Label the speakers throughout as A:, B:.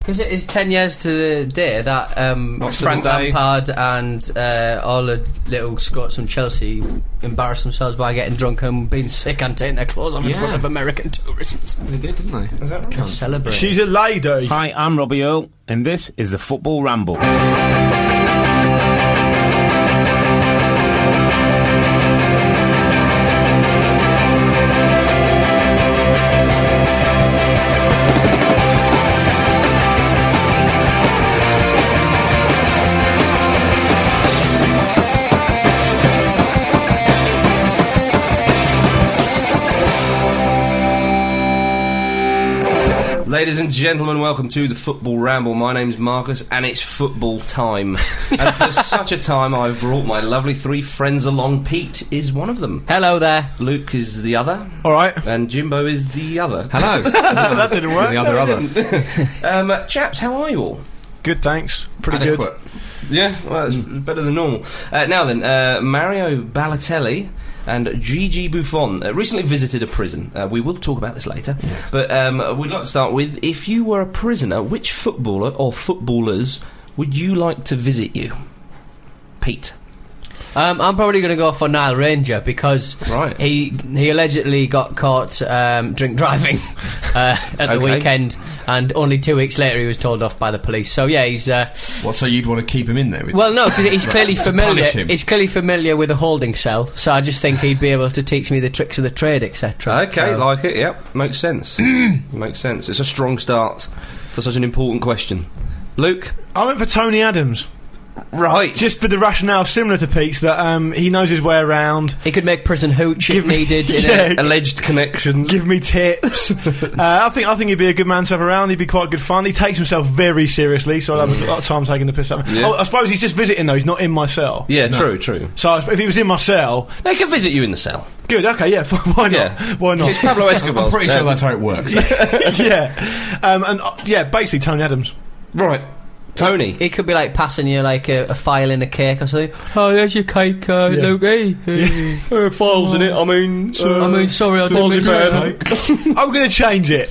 A: Because it is 10 years to the day that um,
B: Not to
A: Frank
B: the day.
A: Lampard and uh, all the little Scots from Chelsea embarrassed themselves by getting drunk and being sick and taking their clothes off in
B: Yeah.
A: front of American tourists.
B: They did, didn't they? Is that right?
A: Can't celebrate.
C: She's a lady.
D: Hi, I'm Robbie Earl, and this is the Football Ramble.
B: Ladies and gentlemen, welcome to the Football Ramble. My name's Marcus, and it's football time. and for such a time, I've brought my lovely three friends along. Pete is one of them.
A: Hello there.
B: Luke is the other,
C: All right.
B: and Jimbo is the other.
E: Hello.
C: that didn't work.
E: the other other.
B: Um, uh, chaps, how are you all?
C: Good, thanks. Pretty
E: Adequate.
B: Yeah, well, it's better than normal. Uh, now then, uh, Mario Balotelli and Gigi Buffon uh, recently visited a prison. Uh, we will talk about this later, but um, we'd like to start with: if you were a prisoner, which footballer or footballers would you like to visit you? Pete.
A: Um, I'm probably going to go for Nile Ranger because
B: Right.
A: he he allegedly got caught um, drink driving uh, at the
B: Okay.
A: weekend, and only two weeks later he was told off by the police. So yeah, he's uh,
E: What, so you'd want to keep him in there? With
A: well no, 'cause he's clearly familiar.
E: punish him.
A: He's clearly familiar with a holding cell, so I just think he'd be able to teach me the tricks of the trade, etc.
B: Okay,
A: So-
B: like it. Yep, makes sense. makes sense. It's a strong start to such an important question. Luke,
C: good. I went for Tony Adams.
B: right?
C: Just for the rationale similar to Pete's that um, he knows his way around.
A: He could make prison hooch if
C: Give me-
A: needed. in
C: Yeah.
A: a,
B: alleged connections.
C: Give me tips. uh, I think I think he'd be a good man to have around. He'd be quite good fun. He takes himself very seriously, so I'd have
E: Mm.
C: a lot of time taking the piss out. of him.
B: Yeah.
C: Oh, I suppose he's just visiting though. He's not in my cell.
B: Yeah, true, true.
C: So I, if he was in my cell,
B: They can visit you in the cell.
C: good. Okay, yeah. Why not?
B: Yeah.
C: Why not?
B: It's Pablo Escobar.
E: I'm pretty
B: Yeah.
E: sure that's how it works.
C: yeah. Um, and uh, yeah, basically Tony Adams.
B: Right. Tony.
A: He could be like passing you like a, a file in a cake or something. Oh, there's your cake, uh,
C: Yeah.
A: Luke. eh? Eh,
B: files in it, I mean. uh,
A: I mean, sorry, I didn't mean to.
C: I'm going to change it.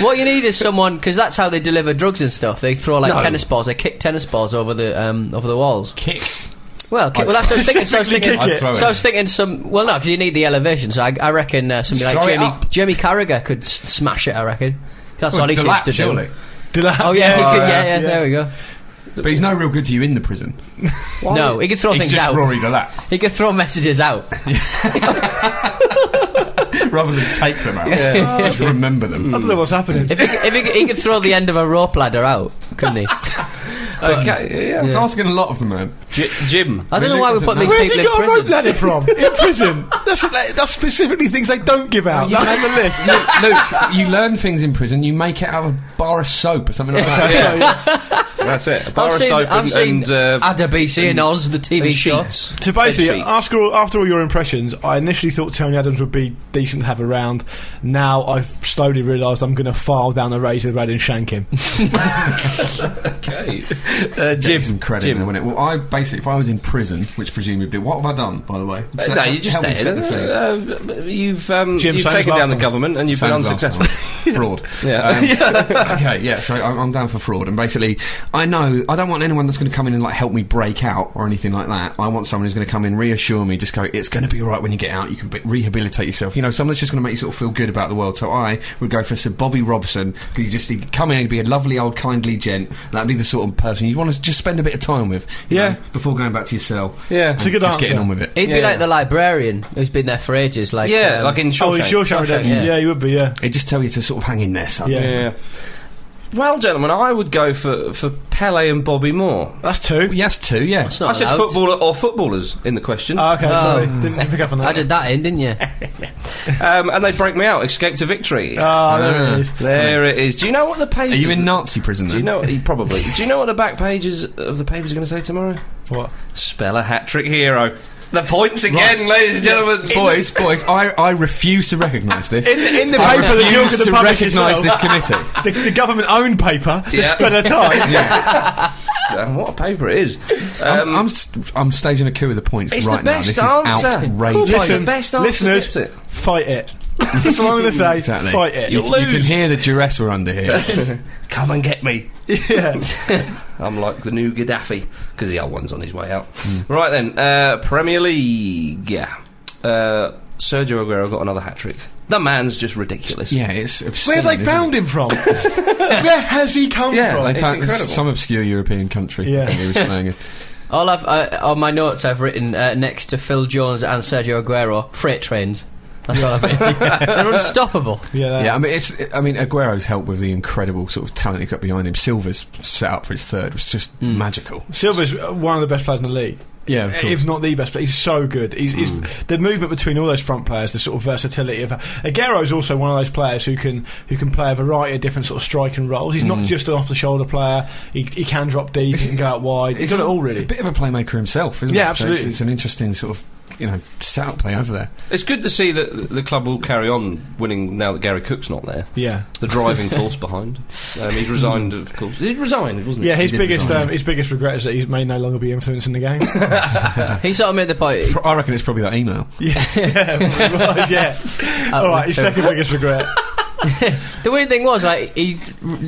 A: What you need is someone because that's how they deliver drugs and stuff. They throw like
B: No.
A: tennis balls. They kick tennis balls over the um, over the walls.
E: Kick.
A: Well, kick, well, that's what I was thinking. So I was thinking,
C: Specifically
E: kick it.
A: so I was thinking some. Well, no, because you need the elevation. So I, I reckon uh, somebody like
E: Throw it
A: Jamie,
E: up.
A: Jamie Carragher could s- smash it. I reckon. 'Cause That's all he seems
E: Delap,
A: to do.
E: surely.
C: Did I-
A: Oh yeah, he could, yeah, yeah,
C: yeah.
A: There we go.
E: But he's no real good to you in the prison.
A: No, he could throw
E: He's
A: things
E: just
A: out.
E: Rory Delap,
A: He could throw messages out.
E: rather than take them out.
A: Yeah.
E: Just remember them.
C: I don't know what's happening.
A: If he, if he, he could throw the end of a rope ladder out, couldn't he?
B: Okay, yeah.
E: I was asking a lot of them, man.
B: J- Jim.
A: I don't know why we put these
C: Where's
A: people in
C: he got a rope
A: prison.
C: ladder from? In prison. That's, that's specifically things they don't give out. That's on the list.
E: Luke, Luke, you learn things in prison. You make it out of a bar of soap or something like that.
B: That's it. A bar
A: I've
B: of
A: seen,
B: soap
A: I've
B: and,
A: seen
B: and, uh,
A: Ada BC and Oz, the TV
B: and
A: show.
B: sheets.
C: So basically,
B: Bed sheets.
C: after all, after all your impressions, I initially thought Tony Adams would be decent to have around. Now I've slowly realised I'm going to file down the razor blade and shank him.
B: Okay. Uh,
E: Give
B: Jim.
E: some credit,
B: Jim.
E: now, wouldn't it? Well, I basically, if I was in prison, which presumably, what have I done, by the way?
B: Uh,
E: Set-
B: no, you're just
E: help me
B: there.
E: set the scene.
B: Uh, uh, you've um,
C: Jim,
B: you've
C: same as
B: taken
C: last
B: down the
C: time.
B: government and you've
E: Same
B: been
E: as last
B: unsuccessful.
E: time. fraud.
B: Yeah.
E: Um, okay. Yeah. So I'm, I'm down for fraud, and basically, I know I don't want anyone that's going to come in and like help me break out or anything like that. I want someone who's going to come in, reassure me, just go, "It's going to be all right when you get out. You can be- rehabilitate yourself." You know, someone that's just going to make you sort of feel good about the world. So I would go for Sir Bobby Robson because just he'd come in and be a lovely old kindly gent. That'd be the sort of person you want to just spend a bit of time with. you
C: Yeah.
E: know, before going back to your cell.
B: Yeah.
C: It's a good
E: just
C: answer.
E: getting on with it.
A: He'd be
B: Yeah.
A: like the librarian who's been there for ages. Like
B: yeah,
A: um,
B: like in Shawshank.
C: oh, it's your
A: Shawshank,
C: Redemption.
A: yeah.
C: Yeah. he would be. Yeah.
E: It just tell you to sort of hang in there, son.
C: Yeah.
B: Yeah. Well, gentlemen, I would go for, for Pele and Bobby Moore.
C: That's two.
E: Yes, two. Oh, Yeah.
A: It's not
B: I said
A: allowed.
B: footballer or footballers in the question.
C: Oh, okay,
A: Oh.
C: sorry. Didn't pick up on that.
A: I did that in, didn't you?
B: Um, and they break me out, escape to victory. Uh,
C: Oh, there it is.
B: there it is. Do you know what the page
E: Are you in Nazi prison?
B: Do
E: Then?
B: you know probably? Do you know what the back pages of the papers are going to say tomorrow?
C: What?
B: Spell a hat trick hero. The points again, ladies and gentlemen.
E: boys, boys, I, I refuse to recognise this.
C: In, in the
E: I
C: paper that you're going
E: refuse
C: to
E: to
C: publish
E: recognise this committee.
C: the, the government-owned paper, the
B: Yeah.
C: Spread of Time.
B: Uh, what a paper it is.
E: I'm,
B: Um,
E: I'm, st- I'm staging a coup with the points
B: It's
E: right
B: the best
E: now. This
B: answer.
E: is outrageous.
B: Come on.
C: Listen,
B: the best answer
C: listeners,
B: gets it.
C: fight it. That's all I'm going to say.
E: Exactly.
C: Fight it.
E: You,
B: You'll
E: you can
B: lose.
E: hear the duress we're under here.
B: come and get me.
C: yeah.
B: I'm like the new Gaddafi because the old one's on his way out.
E: Hmm.
B: Right then, uh, Premier League. Yeah, uh, Sergio Aguero got another hat trick. The man's just ridiculous.
E: yeah, it's absurd.
C: Where have they
E: isn't
C: found him from? Where has he come
E: it?
C: from?
E: They found
B: incredible.
E: some obscure European country.
C: Yeah.
E: that he was playing in.
A: All I've uh, on my notes I've written uh, next to Phil Jones and Sergio Aguero, freight trains. That's all I've written. They're unstoppable.
C: yeah,
E: Yeah, I mean, it's. I mean, Aguero's help with the incredible sort of talent he got behind him. Silva's set up for his third was just
B: Hmm.
E: magical.
C: Silva's one of the best players in the league.
E: Yeah, of course.
C: if not the best, but he's so good. He's, he's the movement between all those front players, the sort of versatility of Aguero is also one of those players who can who can play a variety of different sort of striking roles. He's not just an off the shoulder player. He, he can drop deep, Mm. he can go out wide. He's done it all
E: a
C: really.
E: bit of a playmaker himself, isn't
C: Yeah,
E: he? So
C: absolutely.
E: it's, it's an interesting sort of you know setup play over there.
B: It's good to see that the club will carry on winning now that Gary Cook's not there.
C: Yeah.
B: The driving force behind. Um, he's resigned, of course. He resigned, wasn't he?
C: Yeah, his
E: did
C: biggest
E: resign,
C: um, his biggest regret is that he may no longer be influencing the game.
A: He sort of made the point.
E: Pro- I reckon it's probably that email.
C: yeah, yeah, right, yeah. All right, his second biggest regret.
A: The weird thing was, like, he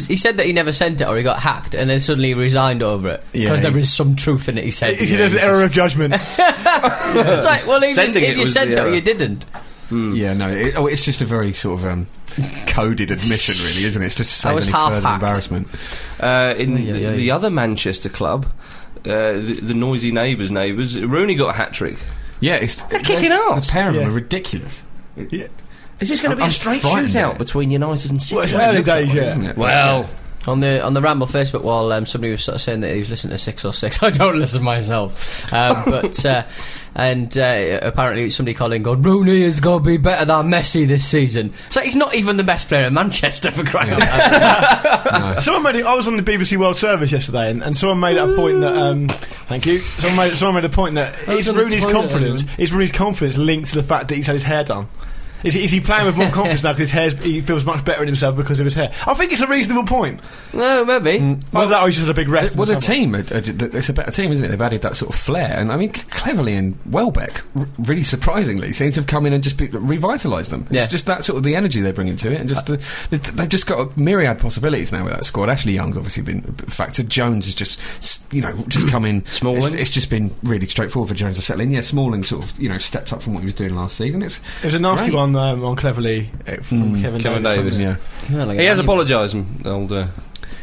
A: he said that he never sent it or he got hacked, and then suddenly he resigned over it
E: Yeah,
A: because there
E: he-
A: is some truth in it. He said
C: Is he there's an error of judgment?
A: It's like, well, if,
B: Sending
A: you,
B: it
A: if you
B: was
A: sent
B: the
A: it or
B: error.
A: you didn't,
E: Yeah, no, it, oh, it's just a very sort of um, coded admission, really, isn't it? It's just to
A: I
E: save
A: was
E: any
A: half
E: further
A: hacked.
E: embarrassment.
B: Uh,
E: Oh,
B: in
A: Oy, oy,
B: the,
A: oy.
B: the other Manchester club, uh, the, the noisy neighbours' neighbours, Rooney got a hat trick.
E: Yeah, it's they're
B: kicking arse.
E: The pair of
C: Yeah.
E: them are ridiculous.
C: Yeah.
B: Is this going to
E: I'm-
B: be a
E: I'm
B: straight
E: frightened of
B: shootout
E: it.
B: between United and City?
C: Well, it's early
E: Looks that
C: days,
E: way,
C: yeah.
E: isn't it?
B: Well,
A: on the on the Ramble Facebook wall, um, somebody was sort of saying that he was listening to six or six. I don't listen myself, um, but uh, and uh, apparently somebody calling going Rooney is going to be better than Messi this season. So he's not even the best player in Manchester for crying out loud.
C: Someone made it. I was on the BBC World Service yesterday, and, and someone made a point that. Um, thank you. Someone made, someone made a point that is
A: on the
C: Rooney's
A: toilet,
C: confidence. Is Rooney's confidence linked to the fact that he's had his hair done? Is he, is he playing with more confidence now because his hair's, he feels much better in himself because of his hair? I think it's a reasonable point.
A: No, maybe.
B: Mm.
C: Well, that or he's just had a big rest.
E: Well,
C: from
E: the
C: summer.
E: team, are- are- it's a better team, isn't it? They've added that sort of flair, and I mean, c- cleverly and Welbeck, r- really surprisingly, seem to have come in and just be, revitalised them.
A: Yeah.
E: It's just that sort of the energy they bring into it, and just the, the, they've just got a myriad possibilities now with that squad. Ashley Young's obviously been a b- factor. Jones has just, s- you know, just come in.
B: Smalling.
E: It's, it's just been really straightforward for Jones to settle in. Yeah, Smalling sort of, you know, stepped up from what he was doing last season. It's
C: It was a nasty
E: Great.
C: one um, on cleverly uh, from Kevin,
B: Kevin
C: Davis.
B: Davis.
E: yeah,
A: Yeah, like
B: he
A: a
B: has
A: tiny-
B: apologised, old uh,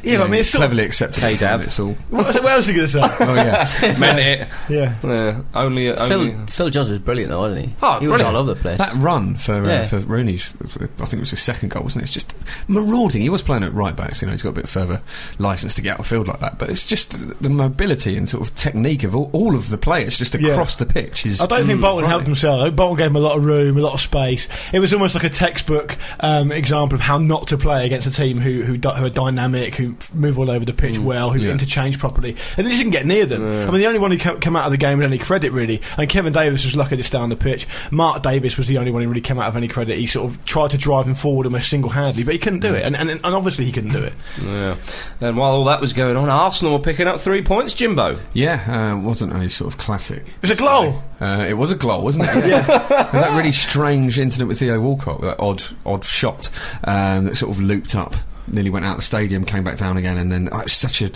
C: Yeah, but I mean, it's sort of,
E: cleverly accepted.
B: Hey, Dav.
E: It's all.
C: what, what else are you going to say?
E: Oh yeah,
B: meant it.
C: yeah.
B: Yeah, only, only.
A: Phil, Phil Jones was brilliant though, wasn't he?
B: Oh,
A: he was
B: brilliant.
A: all over the place.
E: That run for uh,
A: Yeah.
E: for Rooney's, I think it was his second goal, wasn't it? It's just marauding. He was playing at right backs, you know, he's got a bit further license to get out of field like that. But it's just the mobility and sort of technique of all, all of the players just
C: Yeah.
E: across the pitch. Is
C: I don't think Bolton helped himself. though. Bolton gave him a lot of room, a lot of space. It was almost like a textbook um, example of how not to play against a team who who, di- who are dynamic, who f- move all over the pitch well, who
E: Mm, yeah.
C: interchange properly, and they just didn't get near them. I mean, the only one who ca- came out of the game with any credit really, and Kevin Davis was lucky to stay on the pitch. Mark Davis was the only one who really came out of any credit. He sort of tried to drive him forward almost single handedly, but he couldn't
E: Mm.
C: do it, and, and and obviously he couldn't do it.
B: Yeah. And while all that was going on, Arsenal were picking up three points, Jimbo.
E: Yeah, uh, wasn't a sort of classic.
C: It was a goal.
E: Uh, it was a goal, wasn't it? Yeah. There's that really strange incident with Theo Walcott, that odd, odd shot um, that sort of looped up. Nearly went out the stadium, came back down again, and then oh, it was such a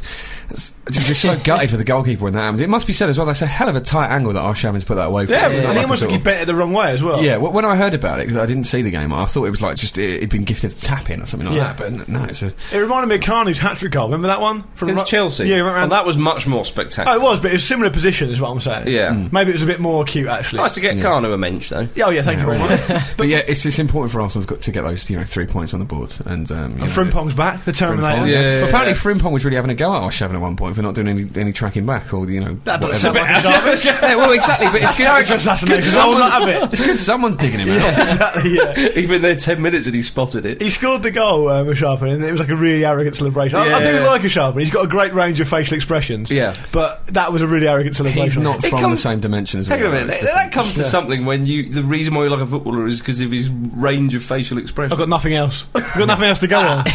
E: it's- I'm just so gutted for the goalkeeper when that happens. It must be said as well. That's a hell of a tight angle that our Shaman's put that away. From.
C: Yeah, it
E: It's
C: was,
E: not
C: and he
E: like a
C: almost
E: sort
C: like he
E: of-
C: bent it the wrong way as well.
E: yeah, wh- when I heard about it, because I didn't see the game, I thought it was like just it, it'd been gifted a tap in or something like
C: Yeah.
E: that. But n- no, it's a
C: It reminded me of Carney's hat trick goal. Remember that one from
B: Against
C: Ru-
B: Chelsea.
C: Yeah, he went
B: and
C: round-
B: that was much more
C: Oh,
B: spectacular.
C: it was, but it was similar position, is what I'm saying.
B: Yeah. Oh, Mm.
C: Maybe it was a bit more acute, actually.
B: nice to get Kano a mensch, though.
C: Yeah, oh, yeah, thank you very much.
E: but yeah, it's, it's important for Arsenal have got to get those you know three points on the board and um, you know,
C: From
E: it's
C: Frimpong's back, the Terminator.
E: Frimpong.
B: Oh, Yeah, yeah, yeah.
E: apparently, Frimpong was really having a go at Arshavin at one point for not doing any, any tracking back or, you know.
C: That doesn't
E: whatever.
C: sound like a garbage.
E: Yeah, well, exactly, but it's good.
C: Character assassination.
E: good
C: Roll that a
E: someone-
C: bit.
E: It's good someone's digging him out.
C: exactly, yeah.
B: He's been there ten minutes and he spotted it.
C: He scored the goal, uh, Musharraf, and it was like a really arrogant celebration. I, I do
B: Yeah.
C: like Musharraf; he's got a great range of facial expressions.
B: Yeah.
C: but that was a really arrogant celebration.
E: He's not
B: It
E: from
B: comes-
E: the same dimension as
B: Hang on a minute.
E: It's
B: That,
E: different.
B: that comes to something when you. The reason why you like a footballer is because of his range of facial expression.
C: I've got nothing else. I've got nothing else to go on.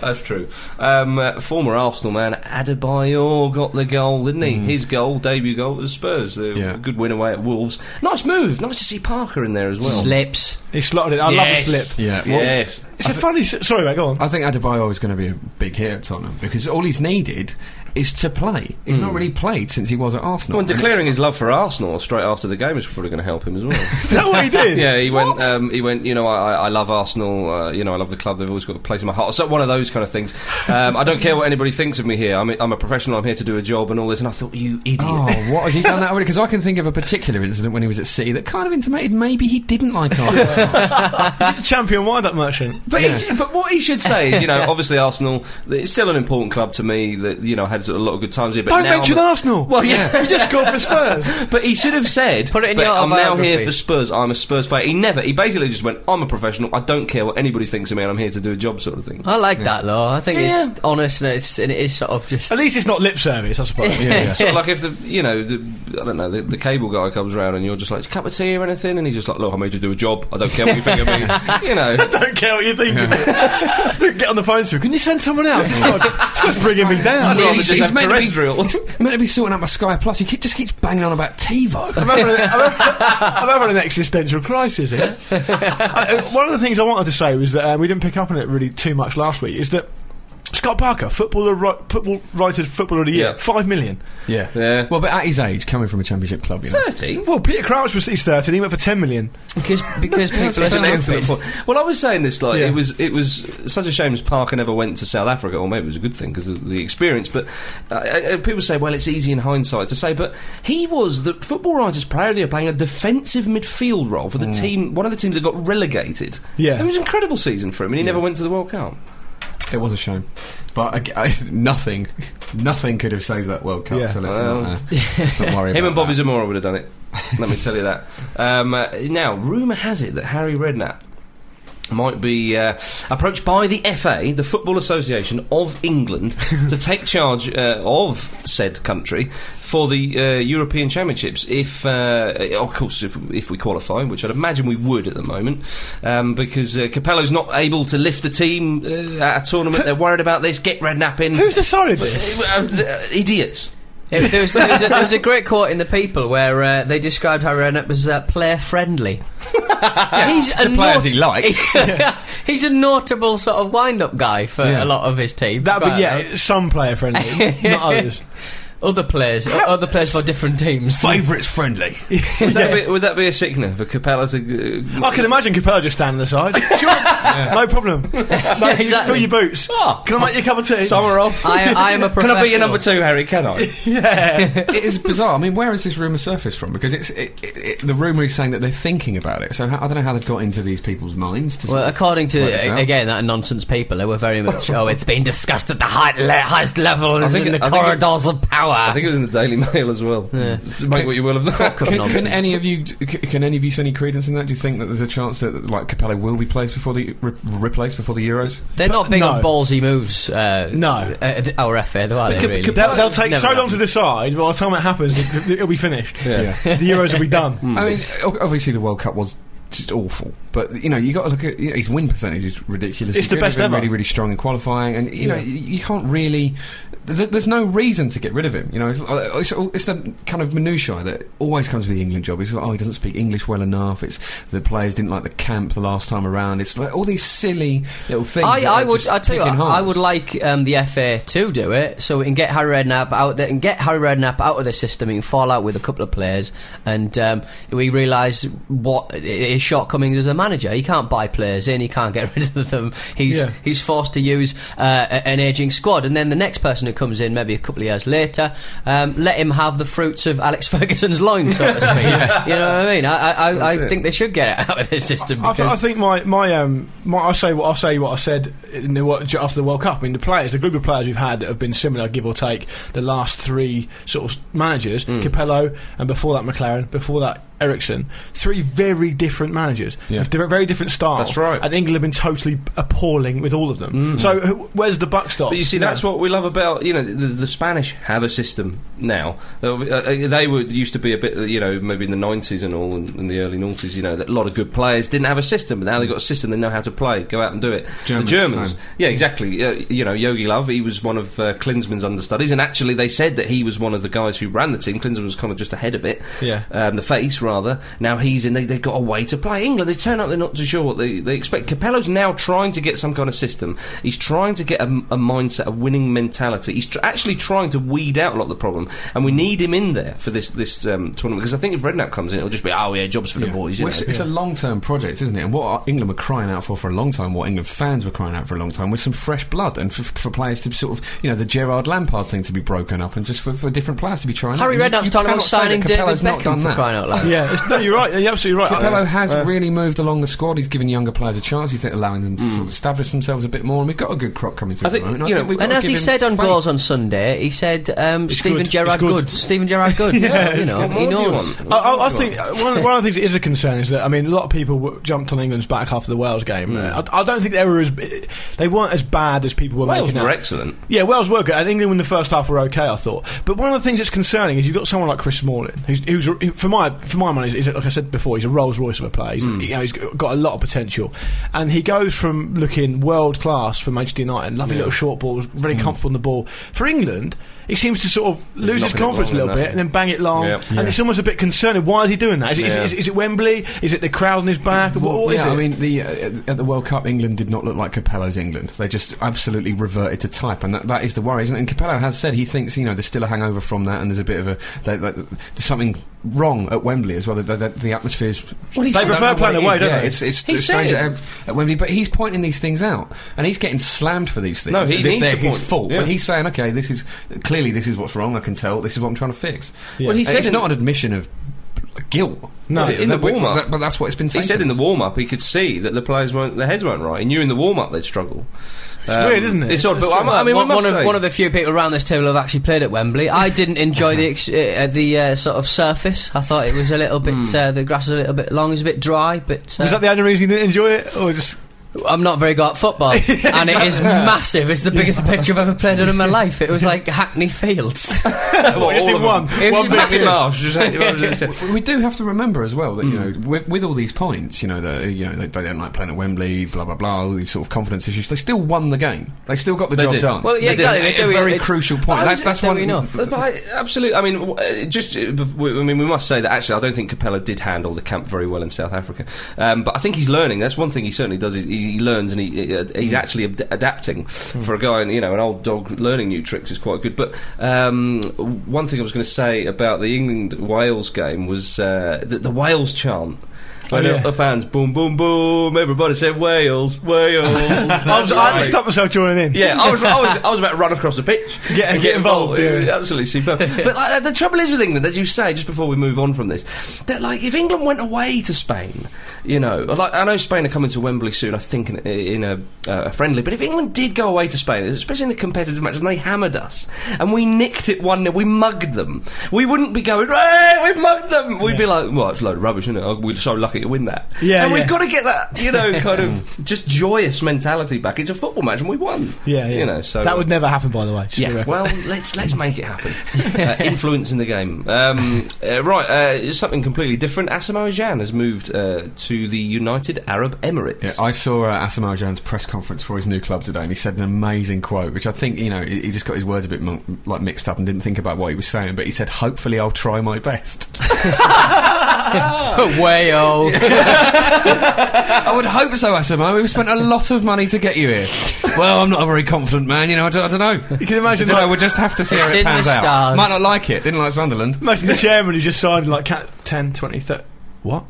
B: That's true. Um, uh, former Arsenal man Adebayor got the goal, didn't he? His goal, debut goal at Spurs. The
E: Yeah.
B: good win away at Wolves. Nice move. Nice to see Parker in there as well.
A: Slips.
C: He slotted it. I
A: Yes.
C: love the slip.
E: Yeah. well,
B: Yes.
C: It's a funny. s- Sorry, mate. Go on.
E: I think Adebayo is going to be a big hit at Tottenham because all he's needed is to play. He's not really played since he was at Arsenal.
B: Well, and
E: And
B: Hmm. declaring his love for Arsenal straight after the game is probably going to help him as well.
C: Is that what he did?
B: yeah, he went. Um, he went. You know, I, I- I love Arsenal. Uh, you know, I love the club. They've always got a place in my heart. So one of those kind of things. Um, I don't care what anybody thinks of me here. I'm a, I'm a professional. I'm here to do a job and all this. And I thought, you idiot.
E: Oh, what has he done that already? Because I can think of a particular incident when he was at City that kind of intimated maybe he didn't like Arsenal.
C: Champion wind-up merchant.
B: But, he, but what he should say is, you know, obviously Arsenal, it's still an important club to me. That you know, I had a lot of good times here. But
C: Don't
B: now
C: mention
B: I'm-
C: Arsenal.
B: Well, yeah.
C: he just scored for Spurs.
B: But he should have said,
A: Put it in
B: "But
A: your
B: I'm now here
A: autobiography."
B: for Spurs. I'm a Spurs player." He never. He basically just went, "I'm a professional. I don't care what anybody thinks of me, and I'm here to do a job," sort of thing.
A: I like that though. I think
B: Yeah.
A: it's honest and it's and it is sort of just.
C: At least it's not lip service, I suppose.
B: Sort of like if the you know the, I don't know the, the cable guy comes round and you're just like cup of tea or anything, and he's just like, "Look, I'm here to do a job. I don't care what you think of me." You know.
C: I don't care what you think of it. Get on the phone to him. Can you send someone else? It's not, it's not bringing me down.
B: rather
E: he's-
B: just
E: he's
B: have
E: meant to be-
B: terrestrials.
E: meant to be sorting out my Sky Plus. He ke- just keeps banging on about TiVo.
C: I'm having, a, I'm, having, I'm having an existential crisis here. I, uh, one of the things I wanted to say was that um, we didn't pick up on it really too much last week. Is that Scott Parker, footballer, ri- football writers, footballer of the year,
B: Yeah.
C: five million.
E: Yeah.
B: Yeah.
E: Well, but at his age, coming from a championship club, you know.
B: Thirty.
C: Well, Peter Crouch was he's thirteen. He went for ten million.
A: because because people
B: That's an
A: are
B: excellent
A: stupid.
B: point. Well, I was saying this like
C: Yeah.
B: it was it was such a shame as Parker never went to South Africa, or maybe it was a good thing because of the experience. But uh, uh, people say, well, it's easy in hindsight to say, but he was the football writers player of the year playing a defensive midfield role for the team, one of the teams that got relegated.
C: Mm. Yeah.
B: it was an incredible season for him, and he never went to the World Cup.
E: It was a shame. But ag- I, nothing, nothing could have saved that World Cup,
C: Yeah.
E: so let's,
B: Well.
E: not, uh, let's not worry
B: Him
E: about
B: and Bobby
E: that.
B: Zamora would have done it. Let me tell you that. Um, uh, now, rumour has it that Harry Redknapp might be uh, approached by the FA, the Football Association of England, to take charge uh, of said country for the uh, European Championships. If, uh, of course, if, if we qualify, which I'd imagine we would at the moment, um, because uh, Capello's not able to lift the team uh, at a tournament. They're worried about this. Get Redknapp in.
C: Who's decided this?
B: Uh, uh, idiots.
A: If there, was, there, was a, there was a great quote in the People where uh, they described Harry Redknapp as uh, player friendly. he's
E: to play as he likes.
A: he's a notable sort of wind up guy for
E: Yeah.
A: a lot of his team.
C: That'd
A: Right,
C: be yeah, some player friendly, not others.
A: though. uh, Other players, o- other players for different teams.
E: Favourites friendly.
B: Would that, be, would that be a sickener for Capella to? Uh,
C: I can imagine Capello just standing on the side. Sure, no problem. No, you can Fill
A: exactly.
C: your boots.
E: Oh.
B: Ah.
C: Can I make you a cup of tea?
B: Summer off.
A: I, I am a
B: Oh. Can
A: professional.
B: I be your number two, Harry? Can I?
E: it is bizarre. I mean, where has this rumor surfaced from? Because it's it, it, it- the rumor is saying that they're thinking about it. So how, I don't know how they've got into these people's minds. To
A: Well,
E: sort of
A: according to
E: work this out.
A: again that nonsense people, they were very much. oh, it's been discussed at the high, le- highest levels
B: I think
A: in
B: it-
A: the
B: I think it-
A: corridors of power.
B: I think it was in the Daily Mail as well. Make what you will of that.
A: Fuck off.
E: Can, can
A: nonsense.
E: any of you c- can any of you see any credence in that? Do you think that there's a chance that like Capello will be placed before the re- replaced before the Euros?
A: They're not big on
C: no.
A: ballsy moves. Uh,
C: No.
A: uh, th- our FA, though, are they?
B: could-
A: Really?
B: could-
C: They'll, they'll take
A: Never
C: so long
A: happened.
C: to decide. By the time it happens, it- it'll be finished. The Euros will be done.
B: Mm,
A: Hmm.
E: I mean, o- obviously the World Cup was just awful, but you know you got to look at you know, his win percentage is ridiculous.
C: It's
E: He's
C: the
E: really
C: best
E: been
C: ever.
E: Really, really strong in qualifying, and you know
C: Yeah.
E: you you can't really. There's, there's no reason to get rid of him. You know, it's, uh, it's, all- it's the kind of minutiae that always comes with the England job. It's like, oh, he doesn't speak English well enough. It's the players didn't like the camp the last time around. It's like all these silly little things.
A: I,
E: that
A: I
E: are
A: would.
E: just
A: I tell you, what,
E: picking
A: I
E: holes.
A: would like um, the FA to do it, so we can get Harry Redknapp out there and get Harry Redknapp out of the system. He can fall out with a couple of players, and um, we realise what i- i- his his shortcomings as a manager. He can't buy players in. He can't get rid of them. He's
C: Yeah.
A: he's forced to use uh, a- an aging squad, and then the next person who comes in, maybe a couple of years later, um, let him have the fruits of Alex Ferguson's loin, so to speak. You know what I mean? I I, I, I think they should get it out of the system.
C: I,
A: Because
C: th- I think my my um my, I say what I say what I said in the, what, after the World Cup. I mean, the players, the group of players we've had that have been similar, give or take. The last three sort of managers,
B: Mm.
C: Capello, and before that McLaren, before that Ericsson, three very different managers, with di- very different styles.
B: That's right. Mm.
C: And England have been totally appalling with all of them. So wh- where's the buck stop?
B: But you see, that's what we love about you know the, the Spanish have a system now. Uh, uh, They were used to be a bit uh, you know maybe in the nineties and all and, and the early noughties, You know that a lot of good players didn't have a system, but now they've got a system. They know how to play. Go out and do it.
E: Germans,
B: the Germans,
E: same.
B: yeah, exactly. Uh, you know Yogi Love, he was one of uh, Klinsmann's understudies, and actually they said that he was one of the guys who ran the team. Klinsmann was kind of just ahead of it.
C: Yeah.
B: um, the face rather. Now he's in. They, they've got a way to play England. They turn up. They're not too sure what they, they expect. Capello's now trying to get some kind of system. He's trying to get a, a mindset, a winning mentality. He's tr- actually trying to weed out a lot of the problem. And we need him in there for this this um, tournament because I think if Redknapp comes in, it'll just be oh yeah, jobs for the boys. You
E: Well, it's
B: know?
E: it's a long term project, isn't it? And what England were crying out for for a long time, what England fans were crying out for a long time, was some fresh blood and for, for players to sort of, you know, the Gerard Lampard thing to be broken up and just for, for different players to be trying.
A: Harry
E: out. You-
A: Redknapp's
E: you
A: talking about
E: cannot say that
A: signing David
E: Capello's not
A: Beckham
E: done
A: for
E: that.
A: crying out loud.
C: yeah, it's, no, you're right. You're absolutely right.
E: Capello has
C: Uh,
E: really moved along the squad. He's given younger players a chance. He's allowing them to sort of establish themselves a bit more, and we've got a good crop coming through.
B: Hmm. I think,
E: at the moment.
B: you know,
E: we've got
A: And
E: to
A: as
E: give
A: he
E: him
A: said on
E: faith.
A: goals on Sunday, he said um, Stephen
C: good.
A: Gerrard
C: It's good.
A: good. Stephen Gerrard good. yeah, you know,
B: What more
A: he
B: do you
A: knows.
B: want?
C: I,
B: What more
C: I, I
B: do you want?
C: think uh, one, one of the things that is a concern is that I mean a lot of people w- jumped on England's back after the Wales game.
B: Hmm.
C: Uh, I, I don't think they were as b- they weren't as bad as people were
B: Wales
C: making out.
B: were excellent.
C: Yeah, Wales were good, and England in the first half were okay. I thought, but one of the things that's concerning is you've got someone like Chris Smalling, who's, who's who, for my for my money, is like I said before, he's a Rolls Royce of a player.
B: Hmm.
C: He's, you know, he's got a lot of potential, and he goes from looking world class for Manchester United, lovely little short balls, very
B: Hmm.
C: comfortable on the ball. For England, he seems to sort of lose his
B: knocking it
C: confidence a
B: long,
C: little
B: isn't
C: bit
B: it?
C: and then bang it long,
B: Yeah.
C: and it's almost a bit concerning. Why is he doing that? Is, it is it
B: Yeah.
C: is, it- is it Wembley? Is it the crowd on his back? What, what is
E: yeah,
C: it?
E: I mean, the uh, at- at the World Cup, England did not look like Capello's England. They just absolutely reverted to type, and that, that is the worry. Isn't it? And Capello has said he thinks you know there's still a hangover from that, and there's a bit of a that, that, there's something wrong at Wembley as well. The, the, the atmosphere's
C: They
E: I don't
C: prefer
E: know what
C: playing
E: it is,
C: away, don't
E: yeah,
C: they?
E: It's, it's,
B: He
E: it's strange
B: said.
E: at, at Wembley, but he's pointing these things out, and he's getting slammed for these things.
B: No, he
E: as if
B: needs
E: they're
B: to point-
E: his fault,
B: yeah.
E: but he's saying, okay, this is clearly this is what's wrong. I can tell. This is what I'm trying to fix.
B: Well, he
E: And
B: said
E: it's
B: in-
E: not an admission of guilt.
C: No.
E: is it?
B: In the
E: That- but-
B: warm-up.
E: that- but that's what it's been.
B: He
E: Taken
B: said in the
E: as.
B: warm up he could see that the players weren't their heads weren't right. He knew in the warm up they'd struggle. It's
C: weird, isn't it?
B: It's odd,
C: It's
B: but
C: true.
B: I'm- I mean, we
A: one,
B: must
A: one of
B: say-
A: one of the few people around this table have actually played at Wembley. I didn't enjoy the ex- uh, the uh, sort of surface. I thought it was a little bit uh, the grass was a little bit long, it was a bit dry. But uh,
C: was that the only reason you didn't enjoy it, or just?
A: I'm not very good at football, and it is massive. It's the biggest pitch I've ever played on in my life. It was like Hackney Fields.
C: Well, just
B: all
C: in
B: of
C: one.
A: It was
C: one big
A: massive.
C: pitch.
B: Marsh, just-
E: We- we do have to remember as well that
A: Hmm.
E: you know with, with all these points, you know that you know they, they don't like playing at Wembley, blah blah blah, all these sort of confidence issues. They still won the game. They still got the
B: They
E: job
B: did.
E: done.
A: Well, yeah,
E: They did.
A: exactly, they
E: A, a
A: do.
E: very
A: It-
E: crucial point.
A: I
E: That's
A: was
E: that's
A: just
E: one.
A: doing enough.
B: But I, absolutely. I mean, w- uh, just uh, bef- we- I mean, we must say that actually, I don't think Capella did handle the camp very well in South Africa. Um, but I think he's learning. That's one thing he certainly does. Is he, he learns and he, uh, he's actually ad- adapting. For a guy, you know, an old dog learning new tricks is quite good. But um, one thing I was going to say about the England Wales game was uh, the, the Wales chant. When
C: yeah.
B: the fans, boom, boom, boom, everybody said Wales, Wales.
C: I, was, I had to stop myself joining in.
B: Yeah, I was, I was, I was about to run across the pitch
C: Get-
B: and
C: get involved,
B: It was
C: yeah.
B: Absolutely superb. But like, the trouble is with England, as you say, just before we move on from this, that like if England went away to Spain, you know, like I know Spain are coming to Wembley soon, I think in, in a, uh, a friendly. But if England did go away to Spain, especially in the competitive matches, and they hammered us and we nicked it one 0 we mugged them. We wouldn't be going, hey, we mugged them. We'd be like, well, it's a load of rubbish, isn't it? Oh, We're so lucky to win that.
C: Yeah, yeah.
B: and we've got to get that, you know, kind of just joyous mentality back. It's a football match, and we won.
C: Yeah, yeah.
B: You know, so
C: that would never happen, by the way. just for the
B: yeah.
C: record.
B: Well, let's let's make it happen. uh, influence in the game. Um, uh, right. Uh, something completely different. Asamoah Gyan has moved uh, to the United Arab Emirates.
E: Yeah, I saw uh, Asamoah Gyan's press conference for his new club today, and he said an amazing quote, which I think you know he, he just got his words a bit mon- like mixed up and didn't think about what he was saying. But he said, "Hopefully, I'll try my best."
A: Way old.
E: I would hope so, Asamoah. We've spent a lot of money to get you here. Well, I'm not a very confident man, you know. I don't, I don't know.
C: You can imagine,
E: I don't know,
C: like-
E: we'll just have to see
A: It's
E: how
A: in
E: it
A: the
E: pans out.
A: stars.
E: Might not like it. Didn't like Sunderland.
C: Imagine the chairman who just signed like cat 10, 20, 30. what?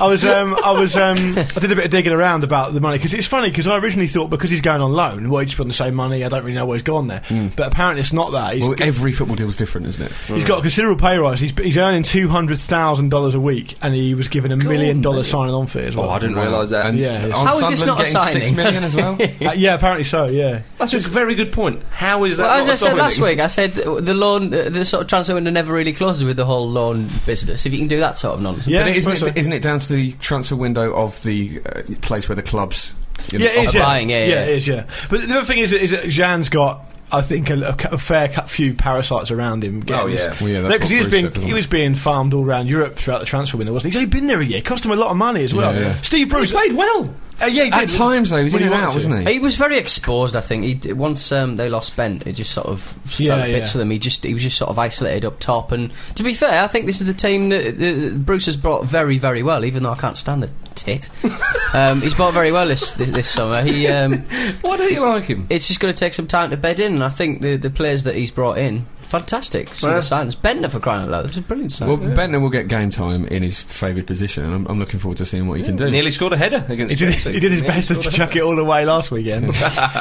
C: I was, um, I was, um, I did a bit of digging around about the money because it's funny because I originally thought because he's going on loan, well, he just put the same money. I don't really know where he's gone there,
B: Hmm.
C: but apparently it's not that. He's,
E: Well, every football deal's different, isn't it?
C: he's got a considerable pay rise. He's, he's earning two hundred thousand dollars a week, and he was given a million dollar signing on fee as well.
B: Oh, I didn't realise that.
E: And
C: Yeah, yeah.
E: on
A: How is this
E: Sunderland
A: not a
E: getting
A: signing?
E: six million as well.
C: Uh, yeah, apparently so. Yeah,
B: That's a very good point. How is that?
A: Well, as
B: not
A: I said
B: a stopping
A: last
B: thing?
A: week, I said th- the loan, uh, the sort of transfer window never really closes with the whole loan business. If you can do that sort of nonsense,
C: yeah,
E: but
C: I
E: isn't
C: suppose
E: it, isn't it down to the transfer window of the uh, place where the clubs? you know,
C: Yeah, it is.
E: operate?
C: Yeah.
A: buying, yeah, yeah.
C: it is. Yeah, but the other thing is, is that Jean's got. I think a, a cu- a fair cu- few parasites around him. getting
B: Oh,
C: this-
B: yeah.
E: Well, yeah, that's
C: because
E: what
C: he was
E: Bruce
C: being
E: said, doesn't
C: he
E: it?
C: was being farmed all around Europe throughout the transfer window, wasn't he? He's only been there a year. It cost him a lot of money as well.
E: Yeah, yeah.
C: Steve Bruce
B: He played well.
C: Uh, yeah, he
E: At
C: did.
E: times though, he was
C: When
E: in
C: he
E: and out,
C: wanted to.
E: wasn't he?
A: He was very exposed. I think he d- once um, they lost Ben, it just sort of
C: Yeah,
A: fell bits
C: yeah.
A: for them. He just he was just sort of isolated up top. And to be fair, I think this is the team that uh, Bruce has brought very very well. Even though I can't stand the tit, um, he's brought very well this this, this summer. He um,
B: Why don't you like him?
A: it's just going to take some time to bed in. And I think the the players that he's brought in, fantastic. Some
B: Well-
A: of the signings. Bender for crying out loud, it's a brilliant sign.
E: Well, Bentner will get game time in his favoured position, and I'm, I'm looking forward to seeing what he can do.
B: Nearly scored a header
C: He
B: against.
C: did,
B: Chelsea.
C: he did his best to chuck it all away last weekend.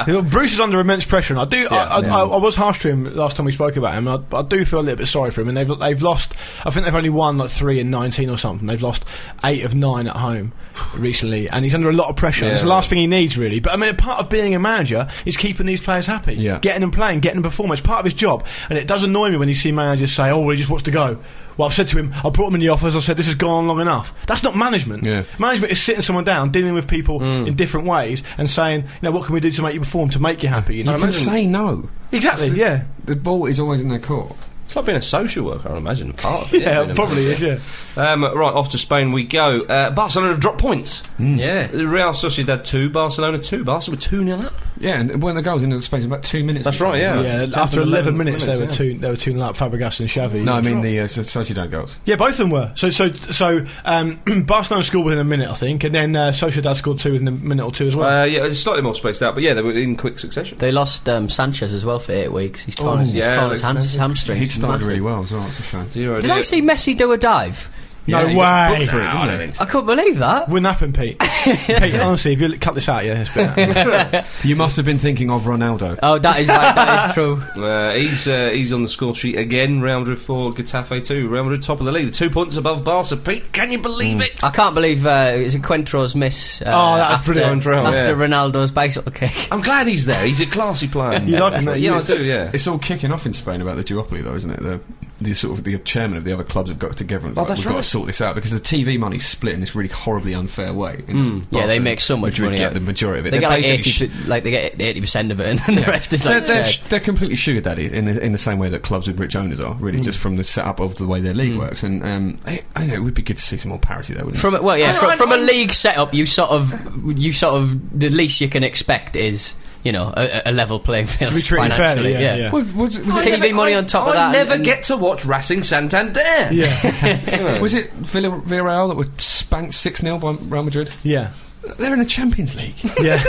C: You know, Bruce is under immense pressure, and I do. I, I, I, I was harsh to him last time we spoke about him. and I, but I do feel a little bit sorry for him, and they've they've lost. I think they've only won like three in nineteen or something. They've lost eight of nine at home recently, and he's under a lot of pressure. It's the
B: Yeah.
C: last thing he needs, really. But I mean, a part of being a manager is keeping these players happy,
E: Yeah.
C: getting them playing, getting them performing. It's part of his job, and it does annoy me when you see managers say, "Oh, he just wants to go." Well, I've said to him, I brought him in the office. I said, "This has gone on long enough." That's not management.
E: Yeah.
C: Management is sitting someone down, dealing with people in different ways, and saying, you know, what can we do to make you perform, to make you happy? You
E: You
C: know,
E: can say no.
C: exactly, yeah,
E: The ball is always in their court.
B: It's like being a social worker, I imagine. Part of it.
C: yeah,
B: being a-
C: probably is, yeah.
B: Um, right off to Spain we go. Uh, Barcelona have dropped points.
C: Hmm.
B: Yeah, Real Sociedad two, Barcelona two. Barcelona two 0 up.
E: Yeah, and when the goals in the space of about two minutes.
B: That's right, yeah.
C: Yeah,
E: It's
C: after
E: happened
C: 11 minutes, they were
E: yeah.
C: two, they were two up Fabregas and Xavi.
E: No, I mean the uh, so- Sociedad goals.
C: yeah, both of them were. So, so, so um, Barcelona scored within a minute, I think, and then uh, Sociedad scored two within a minute or two as well.
B: Uh, yeah, it's slightly more spaced out, but yeah, they were in quick succession.
A: They lost um, Sanchez as well for eight weeks. He's torn, his, he's
B: yeah,
A: torn his, ham- his hamstring.
E: He started
A: Massive.
E: really well as well. It's a shame.
B: Zero.
A: Did I see Messi do a dive?
C: No
E: he got
C: way.
E: booked for it, didn't he?
A: I couldn't believe that.
C: Wouldn't happen, Pete. Pete, honestly, if you cut this out, yeah, it's better.
E: You must have been thinking of Ronaldo.
A: Oh, that is right, that is true.
B: Uh, he's uh, he's on the score sheet again. Real Madrid four, Getafe two. Real Madrid top of the league, two points above Barca. Pete, can you
C: Hmm.
B: believe it?
A: I can't believe uh, it was Quentro's miss. Uh,
C: Oh, that was
A: after,
C: brilliant,
B: Quentrow,
A: After
B: yeah.
A: Ronaldo's bicycle kick.
B: I'm glad he's there. He's a classy player.
C: You like him, don't you?
B: Yeah, I do. Yeah.
E: It's all kicking off in Spain about the duopoly, though, isn't it? The, the sort of the chairman of the other clubs have got together and
B: Oh,
E: like,
B: that's
E: we've got
B: right.
E: to sort this out because the TV money's split in this really horribly unfair way. you know.
A: Yeah, they
E: Barcelona,
A: make so much
E: Madrid
A: money
E: Get
A: out.
E: the majority of it.
A: They get
E: They're
A: like
E: basically
A: eighty, like they get eighty percent of it, and then the rest is
E: They're,
A: like.
E: they're,
A: shared.
E: sh- they're completely sugar daddy in the, in the same way that clubs with rich owners are, really, just from the setup of the way their league works. And um, I, I know it would be good to see some more parity there, wouldn't it?
A: From a, well, yeah, from, from a league setup, you sort of, you sort of, the least you can expect is, you know, a, a level playing field
C: be treated
A: financially.
C: fairly, yeah, yeah.
E: Was, was- was it,
A: TV money on top
B: I
A: of that and-
B: never
A: and-
B: get to watch Racing Santander.
C: yeah,
E: was it Villa, Villarreal that were spanked 6 0 by Real Madrid?
C: yeah,
E: They're in the Champions League.
C: yeah.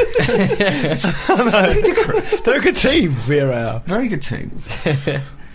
C: They're a good team, uh, Villarreal.
E: Very good team.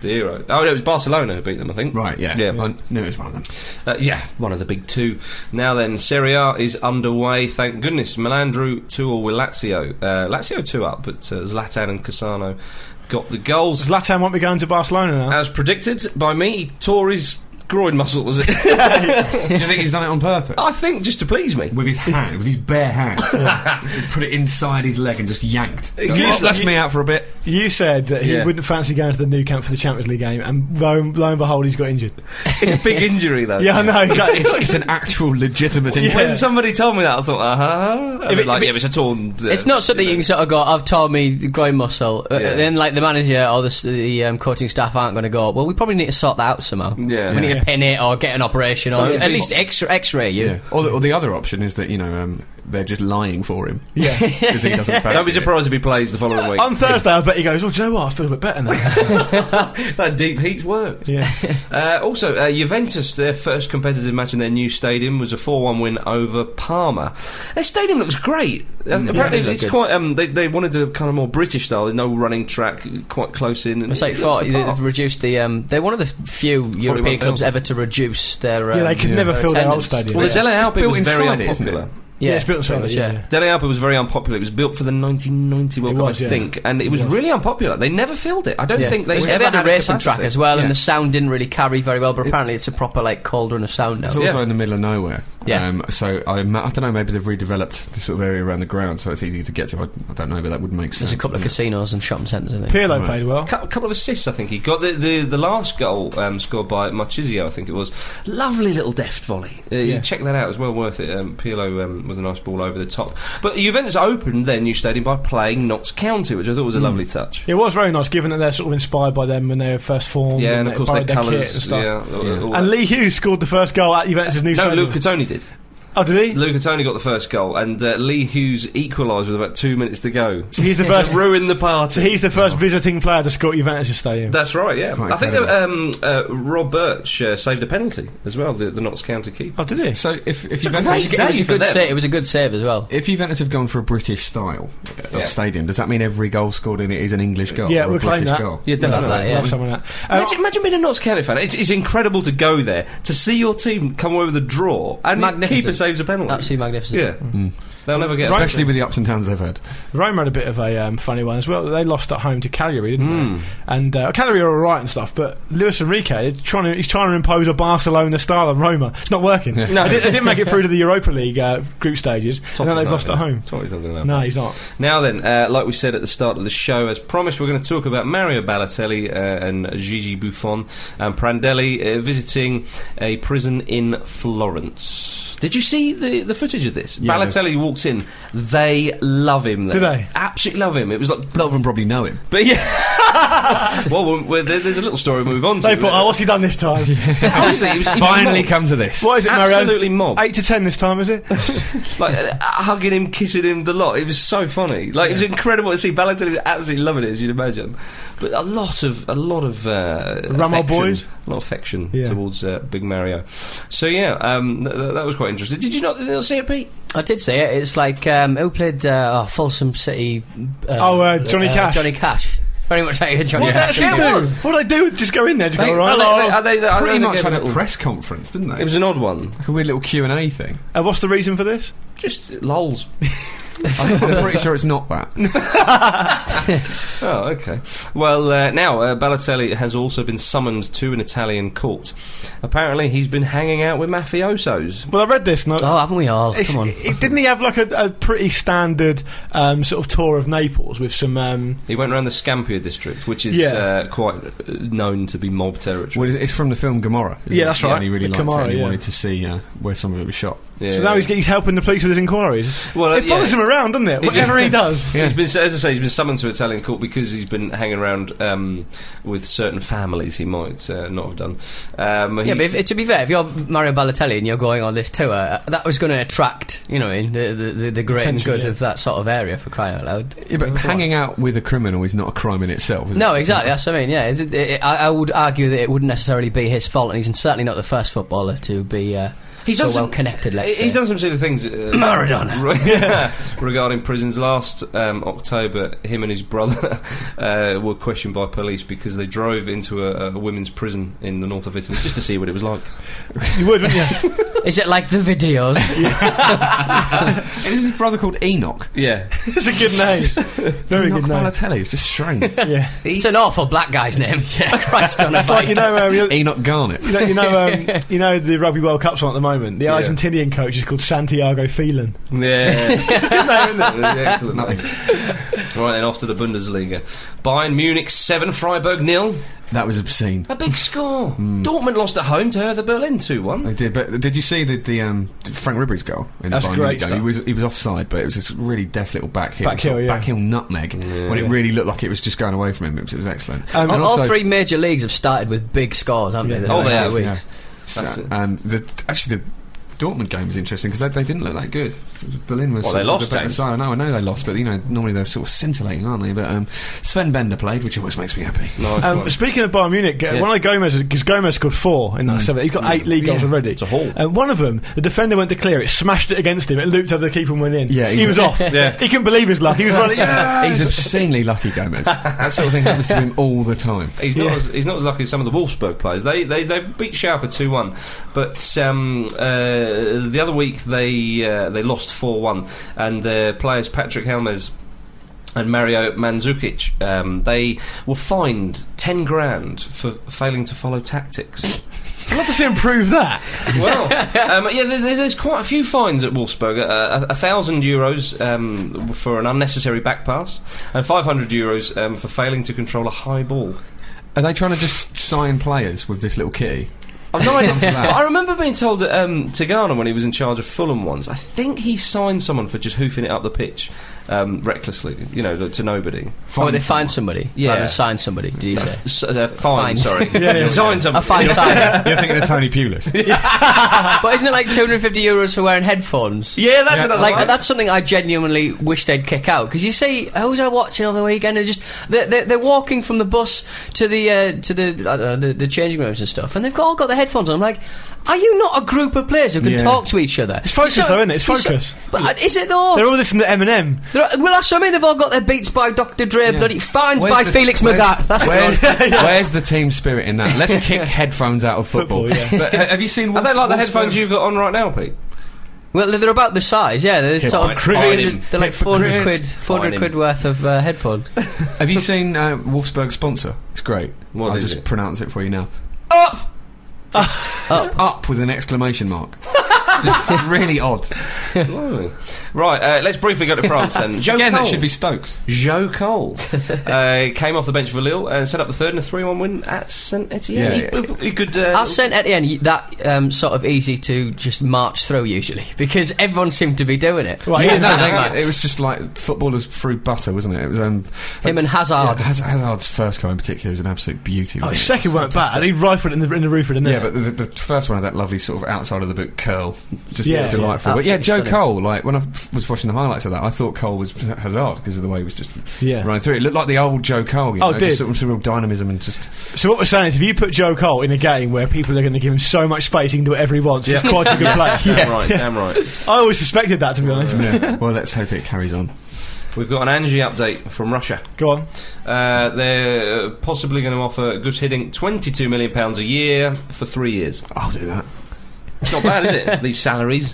B: Zero. Oh, no, it was Barcelona who beat them, I think.
E: Right, yeah.
B: Yeah.
E: I knew it was one of them.
B: Uh, yeah, one of the big two. Now then, Serie A is underway, thank goodness. Milan drew 2 all with Lazio. Uh, Lazio 2 up, but uh, Zlatan and Cassano got the goals.
C: Zlatan won't be going to Barcelona now.
B: As predicted by me, he tore his groin muscle, was it?
E: Do you think he's done it on purpose?
B: I think just to please me.
E: With his hand, with his bare hand. he put it inside his leg and just yanked.
C: Yes,
E: Left
C: you-
E: me out for a bit.
C: You said that he
B: Yeah.
C: wouldn't fancy going to the new camp for the Champions League game, and lo, lo and behold, he's got injured.
B: It's a big injury, though.
C: Yeah, I know. exactly.
E: It's, it's an actual legitimate injury.
B: When somebody told me that, I thought, uh huh.
C: If it-
B: like,
C: if it-
B: yeah, it's a torn. uh,
A: It's not something you can sort of go. I've torn me groin muscle. Uh,
B: Yeah.
A: Then, like the manager or the, s- the um, coaching staff aren't going to go. Well, we probably need to sort that out somehow.
B: Yeah.
A: we need
C: Yeah.
A: to pin it or get an operation or
B: Don't
A: at
B: be-
A: least X X-ray you.
E: Yeah. Or the, or the other option is that, you know, um, they're just lying for him.
C: Yeah.
E: Because he doesn't fancy
B: Don't be
E: it.
B: surprised if he plays the following week.
C: On Thursday, I bet he goes, Oh, do you know what? I feel a bit better now.
B: that deep heat worked.
C: yeah.
B: Uh, also, uh, Juventus, their first competitive match in their new stadium was a 4 1 win over Parma. Their stadium looks great.
C: Mm,
B: Uh, Apparently,
A: they look
B: it's
A: good.
B: quite. Um, they, they wanted a kind of more British style, no running track, quite close in. And
A: It's like
B: it looks
A: forty.
B: the part.
A: They've reduced the. Um, they're one of the few European clubs ever to reduce their. Um,
C: yeah, they could
E: yeah.
C: never
A: their
C: fill their old
A: attendance.
C: stadium.
B: Well, the
C: Yeah.
B: Dele Alpi
E: built
B: was very
E: inside it, isn't it?
B: unpopular.
C: Yeah, it's built inside
A: pretty
C: it,
A: much,
C: yeah.
B: Dele Alpi was very unpopular. It was built for the 1990 World
C: It
B: Cup,
C: was,
B: I
C: yeah.
B: think, and it was, really unpopular. They never filled it. I don't
A: Yeah.
B: think they
A: They
B: ever
A: had a racing track
B: capacity.
A: as well,
E: Yeah.
A: and the sound didn't really carry very well. But apparently, it's a proper like cauldron of sound now.
E: It's also
B: Yeah.
E: in the middle of nowhere.
A: Yeah.
E: Um, so I, ima- I don't know. Maybe they've redeveloped the sort of area around the ground, so it's easy to get to. I, I don't know, but that would make sense.
A: There's a couple of casinos and shopping centres, I think.
C: Pirlo played well.
B: Cou- couple of assists, I think he got. The the, the last goal um, scored by Marchisio, I think it was. Lovely little deft volley. Uh,
C: Yeah.
B: You check that out; it's well worth it. Um, Pirlo um, was a nice ball over the top. But Juventus opened their new stadium by playing Notts County, which I thought was a lovely touch.
C: It was very nice, given that they're sort of inspired by them when they were first formed.
B: Yeah, and
C: they
B: of course their
C: borrowed kit and
B: colours.
C: stuff.
B: yeah, all-
E: Yeah.
B: all
C: And
B: that.
C: Lee Hughes scored the first goal at Juventus' new
B: no,
C: stadium.
B: Luca Toni did.
C: oh, did he?
B: Luca Toni got the first goal, and uh, Lee Hughes equalised with about two minutes to go.
C: So he's the first.
B: Ruined the party.
C: so he's the first visiting player to score at Juventus' stadium.
B: That's right, yeah.
E: quite
B: I think that, um, uh, Rob Birch uh, saved a penalty as well, the, the Notts County keeper.
C: oh, did he?
E: So if if
A: It was
E: Juventus,
A: a good- it was a
B: for
A: good
B: them.
A: save. It was a good save as well.
E: if Juventus have gone for a British style of
B: Yeah.
E: stadium, does that mean every goal scored in it is an English goal?
C: Yeah,
E: or
C: we'll
E: a
C: claim
E: British
C: that.
E: goal?
A: Yeah, definitely.
C: Love
A: yeah.
C: someone like that. Uh,
B: Imagine, imagine being a Notts County fan. It's, it's incredible to go there to see your team come away with a draw and the
A: Magnificent.
B: keeper saves a penalty.
A: Absolutely magnificent.
B: Yeah, they'll never get.
C: Mm. Right.
E: Especially with the ups and downs they've had.
C: Roma had a bit of a um, funny one as well. They lost at home to Cagliari, didn't
B: Hmm.
C: they? And uh, Cagliari are all right and stuff, but Luis Enrique is trying to, he's trying to impose a Barcelona style on Roma. It's not working.
B: No.
C: they, did, they didn't make it through to the Europa League uh, group stages, and then
B: Tottenham's
C: they've
B: not
C: lost at
B: gonna-
C: home.
B: Tottenham's not gonna
C: No,
B: happen.
C: he's not.
B: Now then, uh, like we said at the start of the show, as promised, we're going to talk about Mario Balotelli uh, and Gigi Buffon and Prandelli uh, visiting a prison in Florence. Did you see the, the footage of this?
E: Yeah.
B: Balotelli walks in. They love him. There.
C: Do they?
B: Absolutely love him. It was like,
E: Lot of them probably know him.
B: but yeah. well, we're, we're, there- there's a little story we move on to.
C: They thought, oh, what's he done this time?
B: Honestly, it was it was
E: Finally
B: mobbed.
E: come to this.
C: What is it, Mario?
B: Absolutely mobbed.
C: Eight to ten this time, is it?
B: like uh, hugging him, kissing him, the lot. It was so funny. Like it was incredible to see. Balotelli was absolutely loving it, as you'd imagine. But a lot of a lot of uh,
C: Ramo
B: affection-
C: boys?
B: a lot of affection
C: Yeah.
B: towards uh, Big Mario. So yeah, um, th- th- that was quite interesting. Did you not, did you not see it, Pete?
A: I did see it. It's like um, who played uh, oh, Folsom City? Uh,
C: Oh, uh, Johnny Cash.
A: Johnny Cash. Very much like a Johnny
C: What
A: Cash.
C: did they do? What did they do? Just go in there, just go, right.
B: Are they- are they- are they-
E: Pretty
B: they
E: much
B: gave
E: had
B: a
E: a
B: little-
E: press conference, didn't they?
B: It was an odd one.
E: like a weird little Q and A thing.
C: Uh, what's the reason for this?
B: Just lols.
E: I'm pretty sure it's not that.
B: Oh, okay. Well, uh, now uh, Balotelli has also been summoned to an Italian court. Apparently, he's been hanging out with mafiosos.
C: Well, I read this, and I,
A: Oh, haven't we all?
C: It's-
A: Come on.
C: It, didn't he have like a, a pretty standard um, sort of tour of Naples with some? Um,
B: He went around the Scampia district, which is
C: Yeah.
B: uh, quite uh, known to be mob territory.
E: Well, it's- it's from the film Gomorrah. isn't
C: Yeah,
E: it?
C: that's
E: Yeah,
C: right.
E: and he really
C: The
E: liked it.
C: Gomorrah,
E: And he
C: yeah.
E: wanted to see uh, where some of it was shot.
B: Yeah.
C: So now he's, he's helping the police with his inquiries.
B: Well, uh,
C: it follows
B: yeah.
C: him around, doesn't it? Whatever he does.
E: Yeah.
B: He's been, as I say, he's been summoned to Italian court because he's been hanging around um, with certain families he might uh, not have done. Um,
A: Yeah,
B: he's-
A: but if, to be fair, if you're Mario Balotelli and you're going on this tour, uh, that was going to attract, you know, in the the, the, the great and
C: Attention,
A: good
C: yeah.
A: of that sort of area for crying out loud.
E: Yeah, but hanging out with a criminal is not a crime in itself. Is
A: No,
E: it?
A: exactly. That's what I mean. Yeah, It- it- it- I, I would argue that it wouldn't necessarily be his fault, and he's certainly not the first footballer to be uh, so well connected. Let's
B: he's
A: say.
B: done some silly things. Uh,
A: Maradona.
B: re- yeah, regarding prisons, last um, October, him and his brother uh, were questioned by police because they drove into a, a women's prison in the north of Italy just to see what it was like.
C: You would, wouldn't you?
A: Is it like the videos?
E: Isn't his brother called Enoch?
B: Yeah,
C: it's a good name. Very
E: Enoch
C: good name.
E: Balotelli. It's just strange.
C: Yeah.
A: It's an awful black guy's name. Christ on us,
C: It's like you know, um, you,
E: Enoch Garnet.
C: you know, you know, um, you know the Rugby World Cup's on at the moment. The
B: Yeah.
C: Argentinian coach is called Santiago Phelan.
B: yeah.
C: Good name, isn't it?
B: Excellent. Right then, off to the Bundesliga. Bayern Munich 7, Freiburg nil.
E: That was obscene.
B: A
C: Hmm.
B: big score. Dortmund lost at home to Hertha Berlin 2 1.
E: They did, but did you see the, the um, Frank Ribery's goal? In
C: That's
E: the Bayern
C: great
E: Munich goal? He
C: stuff.
E: was he was offside, but it was this really deft little back heel,
C: Back heel,
E: sort of
C: yeah.
E: back heel nutmeg. When it really looked like it was just going away from him, it was, it was excellent.
C: Um,
A: all,
C: and
A: all
E: also-
A: three major leagues have started with big scores, haven't
C: Yeah.
A: they? the
B: Oh,
A: last
B: they
A: few
B: have,
A: weeks?
E: yeah. So,
B: That's it.
E: um, the, actually, the Dortmund game was interesting because they, they didn't look that good. Berlin was
B: Well,
E: sort
B: they
E: of
B: lost,
E: the better
B: James.
E: side. I know, I know they lost, but you know normally they're sort of scintillating, aren't they? But um, Sven Bender played, which always makes me happy.
B: Nice
C: Um,
B: one.
C: speaking of Bayern Munich, uh,
B: Yeah.
C: one of Gomez because Gomez scored four in that seven. He's got eight league goals already.
B: It's a haul.
C: And one of them, the defender went to clear it, smashed it against him, it looped over the keeper and went in.
E: Yeah,
C: he was off.
B: Yeah.
C: he couldn't believe his luck. He was running. Yeah.
E: He's obscenely lucky, Gomez. That sort of thing happens to him all the time.
B: He's not,
C: Yeah.
B: as, he's not as lucky as some of the Wolfsburg players. They they, they beat Schalke two one, but um, uh, the other week they uh, they lost four one, and their players Patrick Helmes and Mario Mandzukic um, they were fined ten grand for failing to follow tactics.
C: I'd love to see him prove that.
B: Well, um, yeah, there, there- there's quite a few fines at Wolfsburg. Uh, a, a thousand euros um, for an unnecessary back pass, and 500 euros um, for failing to control a high ball.
E: Are they trying to just sign players with this little kitty?
B: I've no idea.
E: that.
B: I remember being told that um, Tagana, when he was in charge of Fulham once, I think he signed someone for just hoofing it up the pitch um, recklessly, you know, to- to nobody.
A: oh, they find somebody.
B: Yeah.
A: Rather than sign somebody, did you say?
B: S- uh,
A: Fine.
B: fine, sorry.
C: yeah.
B: Signed
A: A
B: somebody.
A: fine sign.
E: You're thinking of Tony Pulis.
A: but isn't it like 250 euros for wearing headphones?
B: Yeah, that's another
A: Like
B: one.
A: that's something I genuinely wish they'd kick out because you see, who was I watching over the weekend? They're just they're, they're, they're walking from the bus to the uh, to the, I don't know, the the changing rooms and stuff, and they've got, all got their headphones on. I'm like, are you not a group of players who can
E: Yeah.
A: talk to each other?
C: It's focus,
A: You
C: though, isn't it? It's
A: you sort-
C: focus.
A: but uh, is it though?
C: They're all listening to Eminem.
A: They're- well, that's what I mean. They've all got their beats by Dr. Dre, bloody fines
E: Where's
A: by
E: the-
A: Felix
E: where's-
A: Magath. That's what
E: Where's,
A: it
E: the, where's the team spirit in that? Let's kick headphones out of football.
C: Football, yeah.
E: But, uh, have you seen?
B: Are they like the headphones
E: you
B: you've got on right now, Pete?
A: Well, they're about the size, yeah. They're sort of
B: fine
A: 300
B: him.
A: they're like 400
E: Hypocrite.
A: quid,
B: Fine
A: 400
B: him.
A: quid worth of uh, headphone.
E: Have you seen uh, Wolfsburg's sponsor? It's great.
B: What
E: I'll
B: is
E: just
B: it?
E: pronounce it for you now.
A: Up!
E: Up with an exclamation mark. just really odd.
B: right, uh, let's briefly go to France then. Joe
E: Again,
B: Cole.
E: that should be Stokes.
B: Joe Cole uh, came off the bench for Lille and set up the third and a 3 1 win at St Etienne.
E: Yeah.
B: He- he, could. Uh,
A: I've sent at the end that um, sort of easy to just march through usually because everyone seemed to be doing it.
C: Right,
E: Yeah,
C: yeah.
E: no, they, it was just like footballers through butter, wasn't it? It was um,
A: Him and Hazard.
E: Yeah, Haz- Hazard's first goal in particular was an absolute beauty.
C: Oh,
E: wasn't
C: his
E: it?
C: second weren't bad. He rifled it in the in the roof of the net.
E: Yeah, but the, the first one had that lovely sort of outside of the book curl, just
C: Yeah.
E: delightful. but yeah,
A: Absolutely
E: Joe
A: stunning.
E: Cole. Like when I f- was watching the highlights of that, I thought Cole was Hazard because of the way he was just
C: Yeah.
E: running through. It looked like the old Joe Cole. You
C: Oh,
E: know,
C: did.
E: just sort of some real dynamism and just
C: so what we're saying is, if you put Joe Cole in a game where people are going to give him so much space, he can do whatever he wants. He's quite a good player.
B: Damn
C: Yeah.
B: right, damn right.
C: I always suspected that, to be honest.
E: yeah. well, let's hope it carries on.
B: We've got an Angie update from Russia.
C: Go on.
B: Uh, they're possibly going to offer Gus Hiddink £22 million pounds a year for three years.
E: I'll do that.
B: It's not bad, is it? These salaries.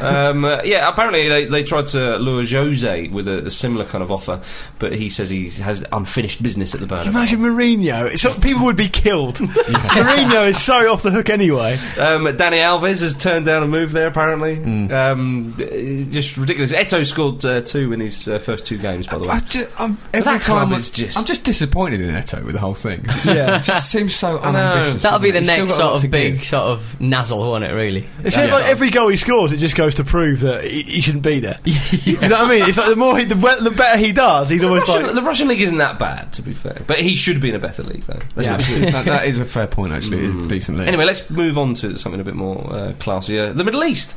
B: Um, uh, yeah, apparently they, they tried to lure Jose with a, a similar kind of offer, but he says he has unfinished business at the Bernabeu.
C: Imagine Mourinho. So people would be killed. Mourinho is so off the hook anyway.
B: Um, Danny Alves has turned down a move there, apparently. Um, uh, just ridiculous. Eto scored uh, two in his uh, first two games, by the way.
E: I ju- I'm, every
B: That
E: time
B: club
E: I-
B: is just-
E: I'm just disappointed in Eto with the whole thing.
C: Yeah.
E: it just seems so
B: know.
E: unambitious.
A: That'll be the
E: doesn't it? He's
A: next
E: still got a lot
A: sort
E: to
A: of big
E: give.
A: sort of nazzle, won't it? Really?
C: It seems like every goal he scores, it just goes to prove that he, he shouldn't be there. You know what I mean? It's like the more he, the, we- the better he does. He's
B: The
C: always
B: Russian,
C: like.
B: the Russian league isn't that bad, to be fair, but he should be in a better league, though. That's
E: Yeah,
B: not-
E: absolutely. that, that is a fair point. Actually, it is a decent league.
B: Anyway, let's move on to something a bit more uh, classier. The Middle East.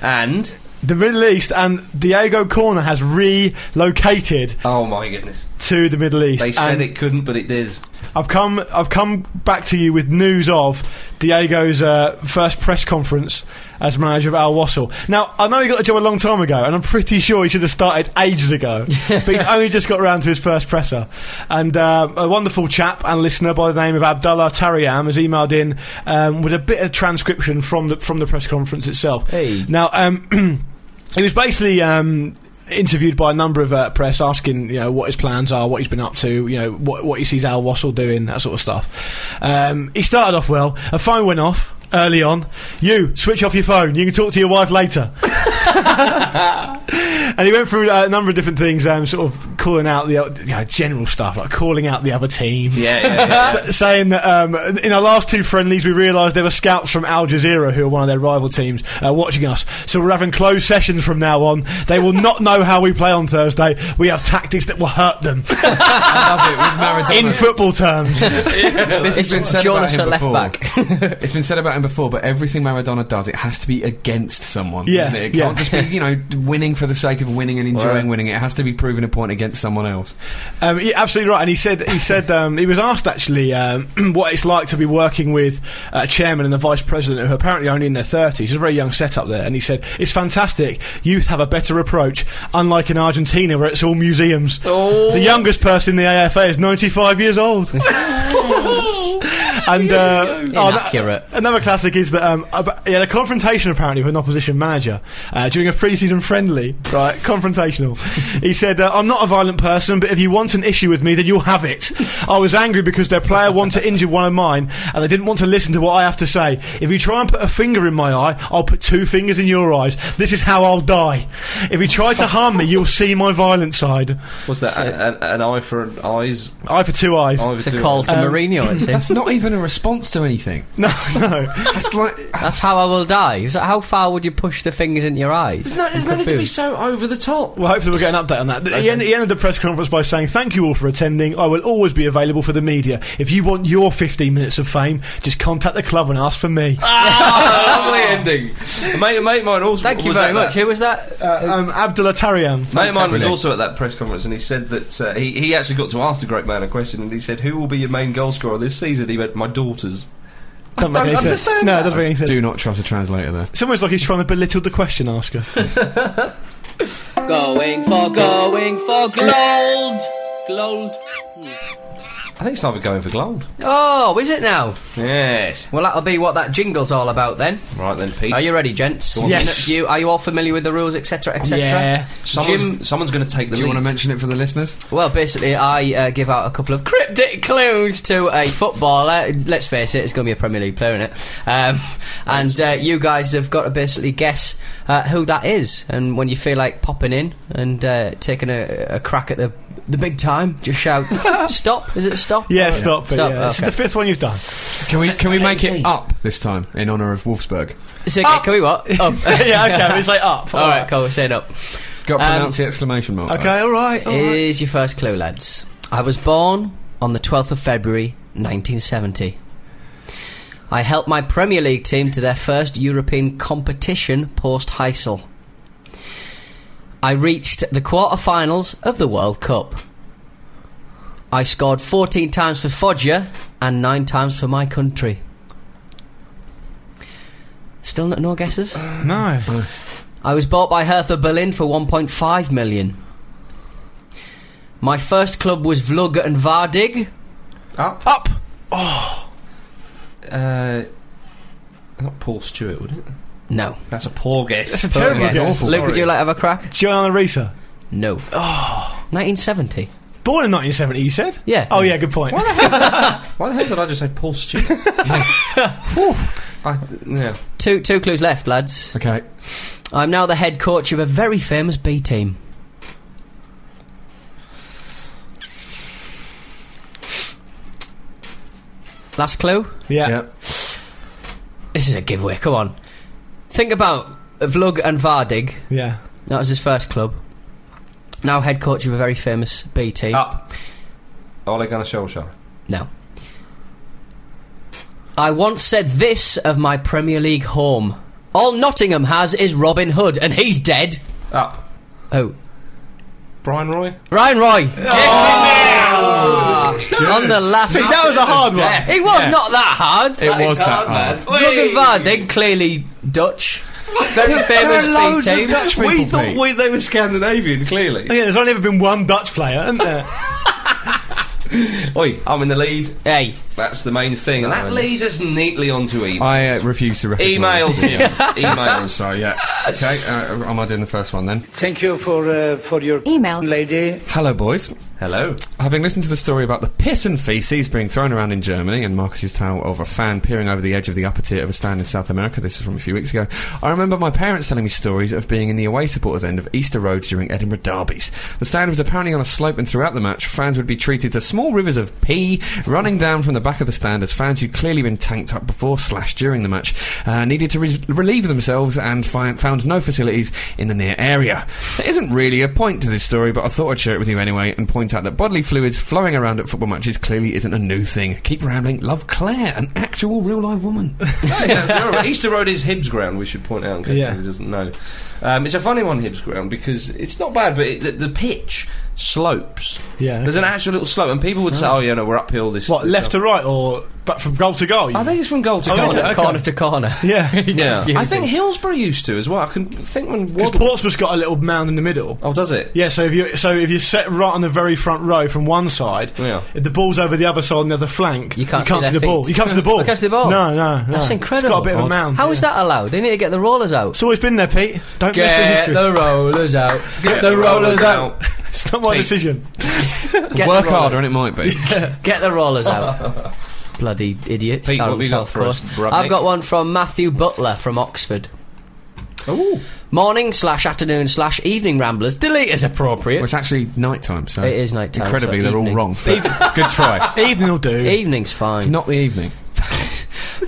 B: And
C: The Middle East and Diego Corner has relocated
B: oh my goodness,
C: to the Middle East.
B: they said
C: and
B: it couldn't, but it did.
C: I've come. I've come back to you with news of Diego's uh, first press conference as manager of Al Wassel. Now I know he got the job a long time ago, and I'm pretty sure he should have started ages ago. but he's only just got round to his first presser. And um, a wonderful chap and listener by the name of Abdullah Tariam has emailed in um, with a bit of transcription from the from the press conference itself.
A: Hey.
C: Now, um, he was basically um, interviewed by a number of uh, press, asking you know what his plans are, what he's been up to, you know what what he sees Al Wassell doing, that sort of stuff. Um, he started off well. A phone went off early on. You switch off your phone. You can talk to your wife later. and he went through uh, a number of different things, um, sort of calling out the o- you know, general stuff, like calling out the other team.
B: Yeah, yeah,
C: S- saying that um, in our last two friendlies, we realised there were scouts from Al Jazeera, who are one of their rival teams, uh, watching us. So we're having closed sessions from now on. They will not know how we play on Thursday. We have tactics that will hurt them
E: I love it with Maradona.
C: in football terms.
E: this has been said
A: Jonas
E: about him
A: at left
E: before.
A: back.
E: it's been said about him saying before, but everything Maradona does, it has to be against someone,
C: Yeah,
E: doesn't it? It
C: yeah.
E: can't just be, you know, winning for the sake of winning and enjoying winning. It has to be proving a point against someone else.
C: Um, yeah, absolutely right. And he said he said um, he was asked actually um, what it's like to be working with a chairman and a vice president who are apparently only in their thirties. It's a very young setup there, and he said it's fantastic. Youth have a better approach, unlike in Argentina where it's all museums. The youngest person in the AFA is ninety-five years old. And uh, oh, that-
A: Inaccurate.
C: Another classic is that um, ab- he had a confrontation apparently with an opposition manager uh, during a pre-season friendly. Right, confrontational. he said, uh, "I'm not a violent person, but if you want an issue with me, then you'll have it. I was angry because their player wanted to injure one of mine, and they didn't want to listen to what I have to say. If you try and put a finger in my eye, I'll put two fingers in your eyes. This is how I'll die. If you try to harm me, you'll see my violent side.
B: What's that?
A: So-
B: an, an- an eye for an eyes.
C: Eye for two eyes.
B: eye
A: It's
B: for
A: a
B: two
A: call
B: eyes.
E: Um,
A: to Mourinho, it
E: That's
A: seems.
E: not even a response to anything.
C: No, no."
E: That's like.
A: That's how I will die. It's like, how far would you push the fingers into your eyes?
B: There's no, there's no need to be
A: confused.
B: so over the top.
C: Well, hopefully we'll get an update on that. He, end, he ended the press conference by saying, "Thank you all for attending. I will always be available for the media. If you want your 15 minutes of fame, just contact the club and ask for me."
B: Oh, Lovely ending. A mate, a mate of mine also.
A: Thank you
B: was
A: very
B: at
A: much.
B: that-
A: Who was that?
C: Uh, um, Abdullah Tarian.
B: Mate of mine was
A: Fantastic.
B: also at that press conference, and he said that uh, he he actually got to ask the great man a question, and he said, "Who will be your main goal scorer this season?" He went, "My daughters."
C: Don't make any sense.
B: understand
C: No, it doesn't make any sense.
E: Do not trust a translator there.
C: It's almost like he's trying to belittle the question asker.
A: Going for, going for gold. Gold.
B: I think it's time for going for gold.
A: Oh, is it now?
B: Yes.
A: Well, that'll be what that jingle's all about then.
B: Right then, Pete.
A: Are you ready, gents?
B: on.
C: Yes.
A: You, are you all familiar with the rules, etc., etc.?
C: Yeah.
B: someone's
A: Jim,
B: someone's going to take the
E: Do you
B: lead.
E: want to mention it for the listeners?
A: well, basically, I uh, give out a couple of cryptic clues to a footballer. Let's face it, it's going to be a Premier League player, isn't it? Um, and uh, you guys have got to basically guess uh, who that is. And when you feel like popping in and uh, taking a, a crack at the the big time, just shout, stop. Is it stop? Oh,
C: Yeah, stop it.
A: Stop,
C: yeah. This is
A: okay.
C: the fifth one you've done.
E: Can we can we make it
A: Easy.
E: up this time in honour of Wolfsburg?
A: Is it- Can we what? Up.
C: yeah, okay. but It's like up.
A: all right, cool, say it up.
E: Got to
A: Um,
E: pronounce the exclamation mark.
C: Okay, all right. all right.
A: Here's your first clue, lads. I was born on the 12th of February 1970. I helped my Premier League team to their first European competition post Heysel. I reached the quarter-finals of the World Cup. I scored 14 times for Foggia and 9 times for my country. Still no, no guesses?
C: No.
A: I was bought by Hertha Berlin for 1.5 million. My first club was Vlug and Vardig.
B: up? Oh.
C: Up.
B: Uh, not Paul Stewart, would it?
A: No.
B: That's a poor
C: That's
B: guess.
C: a terrible
A: Again.
C: guess.
A: Luke, would you like to have a crack?
C: Gianna Risa.
A: No. Oh. 1970.
C: Born in 1970, you said?
A: Yeah.
C: Oh, yeah, good point.
B: Why the hell did I just say Paul Stewart? I, yeah.
A: Two two clues left, lads.
E: Okay.
A: I'm now the head coach of a very famous B team. Last clue.
C: Yeah.
E: Yeah.
A: This is a giveaway. Come on. Think about Vlug and Vardig.
C: Yeah.
A: That was his first club. Now head coach of a very famous B team.
C: Ah.
B: Up. Ole Gunnar Solskjaer.
A: No. I once said this of my Premier League home. All Nottingham has is Robin Hood, and he's dead.
B: Up.
A: Oh.
B: Brian Roy.
A: Ryan Roy! Ah, on the last.
C: Oh. See, that was a hard one.
A: It was not that hard.
E: It was that hard.
A: Luggenvaardig, clearly Dutch. Very famous
E: There are loads
A: B
E: of
A: team.
E: Dutch people,
B: We thought
E: Pete.
B: we, they were Scandinavian, clearly.
C: Yeah, there's only ever been one Dutch player, isn't there?
B: Oi, I'm in the lead.
A: Hey,
B: That's the main thing. And that leads us neatly e-, onto email.
E: I uh, refuse to recognise.
B: Emails.
E: I'm
B: Emails.
E: sorry, yeah. Okay, uh, am I doing the first one then?
F: Thank you for uh, for your
G: Email.
F: lady.
E: Hello, boys.
B: Hello.
E: Having listened to the story about the piss and feces being thrown around in Germany and Marcus's tale of a fan peering over the edge of the upper tier of a stand in South America, this is from a few weeks ago, I remember my parents telling me stories of being in the away supporters end of Easter Road during Edinburgh derbies. The stand was apparently on a slope and throughout the match, fans would be treated to small rivers of pee running down from the back of the stand as fans who'd clearly been tanked up before slash during the match uh, needed to res- relieve themselves and fi- found no facilities in the near area. There isn't really a point to this story, but I thought I'd share it with you anyway and point out that bodily fluids flowing around at football matches clearly isn't a new thing. Keep rambling. Love Claire, an actual real life woman.
B: No, yeah, it's all right. Easter Road is Hibs ground. We should point out in case
C: Yeah.
B: anybody doesn't know. Um, it's a funny one, Hibs ground, because it's not bad, but it, the, the pitch slopes.
C: Yeah.
B: there's an actual little slope, and people would say, "Oh, yeah, no, we're uphill this."
C: What,
B: this
C: left
B: up."
C: to right or but from goal to goal? you
B: I
C: mean?
B: think it's from goal to
C: Oh,
B: goal.
C: is it? Okay.
A: Corner to corner.
C: Yeah.
B: Yeah, I
A: Confusing.
B: think Hillsborough used to as well. I can think when
C: Because
B: Waddle.
C: Portsmouth's got a little mound in the middle.
B: oh, does it?
C: Yeah, so if you so if you set right on the very front row from one side,
B: Yeah.
C: if the ball's over the other side on the other flank,
A: You can't see
C: see,
A: their
C: the ball.
A: feet.
C: You can't see the ball.
A: You can't see the ball.
C: No, no, no.
A: That's incredible.
C: It's got a bit of a mound.
A: How is that allowed? They need to get the rollers out.
C: It's always been there, Pete. Don't mess with
A: Get
C: history.
A: the rollers out. Get the rollers out.
C: it's not my
B: Pete.
C: decision.
A: Get
E: Work
A: the rollers-
E: harder and it might be.
A: Get the rollers out. Bloody idiots.
B: Pete,
A: down
B: what have you got
A: South
B: for us,
A: Coast.
B: Brubnik?
A: I've got one from Matthew Butler from Oxford. Morning slash afternoon slash evening ramblers. Delete as
E: Well,
A: appropriate.
E: it's actually night time, so.
A: It is nighttime,
E: Incredibly,
A: so
E: they're all
A: evening.
E: wrong. but Good try.
C: Evening will do.
A: Evening's
E: It's
A: fine.
E: not the evening.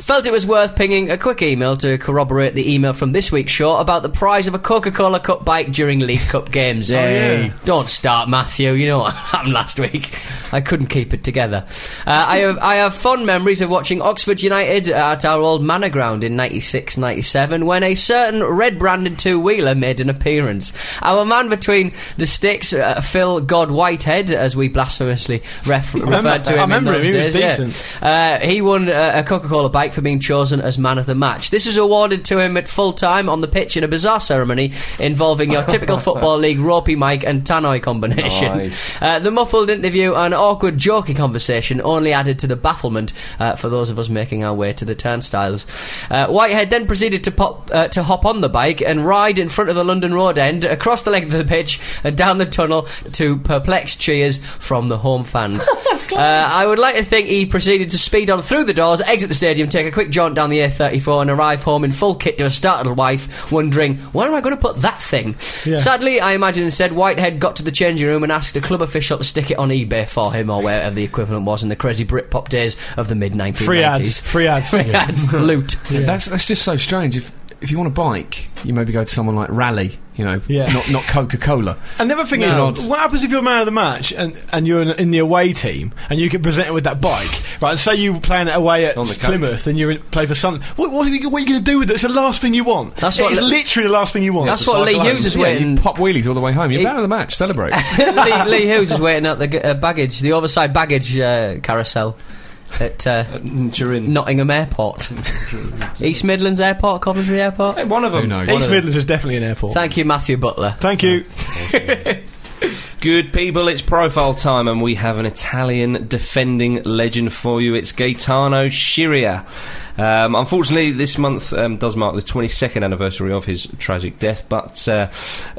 A: Felt it was worth pinging a quick email to corroborate the email from this week's show about the prize of a Coca-Cola Cup bike during League Cup games.
C: Yay.
A: Don't start, Matthew. You know what happened last week. I couldn't keep it together. Uh, I, have, I have fond memories of watching Oxford United at our old manor ground in 96 97 when a certain red branded two wheeler made an appearance. Our man between the sticks, uh, Phil God Whitehead, as we blasphemously ref-
C: remember-
A: referred to
C: I
A: him.
C: remember
A: in those
C: him. He was
A: days, yeah.
C: decent.
A: Uh, he won uh, a Coca-Cola bike for being chosen as man of the match. This was awarded to him at full time on the pitch in a bizarre ceremony involving your typical football league ropey mic and tannoy combination.
B: Nice.
A: Uh, the muffled interview and awkward jokey conversation only added to the bafflement uh, for those of us making our way to the turnstiles. Uh, Whitehead then proceeded to pop uh, to hop on the bike and ride in front of the London Road end across the length of the pitch and down the tunnel to perplexed cheers from the home fans. Uh, I would like to think he proceeded to speed on through the doors, exit the stadium, take a quick jaunt down the A34, and arrive home in full kit to a startled wife, wondering, where am I going to put that thing?
C: Yeah.
A: Sadly, I imagine instead Whitehead got to the changing room and asked a club official to stick it on eBay for him, or wherever the equivalent was in the crazy Britpop days of the mid 1990s.
C: Free ads. Free ads.
A: Free ads. Loot.
E: That's, that's just so strange. If, if you want a bike, you maybe go to someone like Rally, you know,
C: Yeah.
E: not, not Coca Cola.
C: And the other thing
E: No.
C: is, what happens if you're man of the match and, and you're in, in the away team and you get presented with that bike? Right, say you were playing it away at
B: On the couch.
C: Plymouth and you are play for Sunderland. What, what are you, what are you going to do with it? It's the last thing you want.
A: That's
C: It
A: what
C: is
A: li-
C: literally the last thing you want.
A: That's what Lee Hughes is
E: Yeah, you
A: waiting.
E: pop wheelies all the way home. You're
A: It-
E: out of the match. Celebrate.
A: Lee, Lee Hughes is waiting at the g- uh, baggage, the overside baggage uh, carousel at uh,
B: Turin.
A: Nottingham Airport, East Midlands Airport, Coventry Airport.
B: Hey, one of
E: Who
B: them.
E: knows?
C: East Midlands is definitely an airport.
A: Thank you, Matthew Butler.
C: Thank you.
B: Good people, it's profile time, and we have an Italian defending legend for you. It's Gaetano Scirea. Um, unfortunately, this month um, does mark the 22nd anniversary of his tragic death, but uh,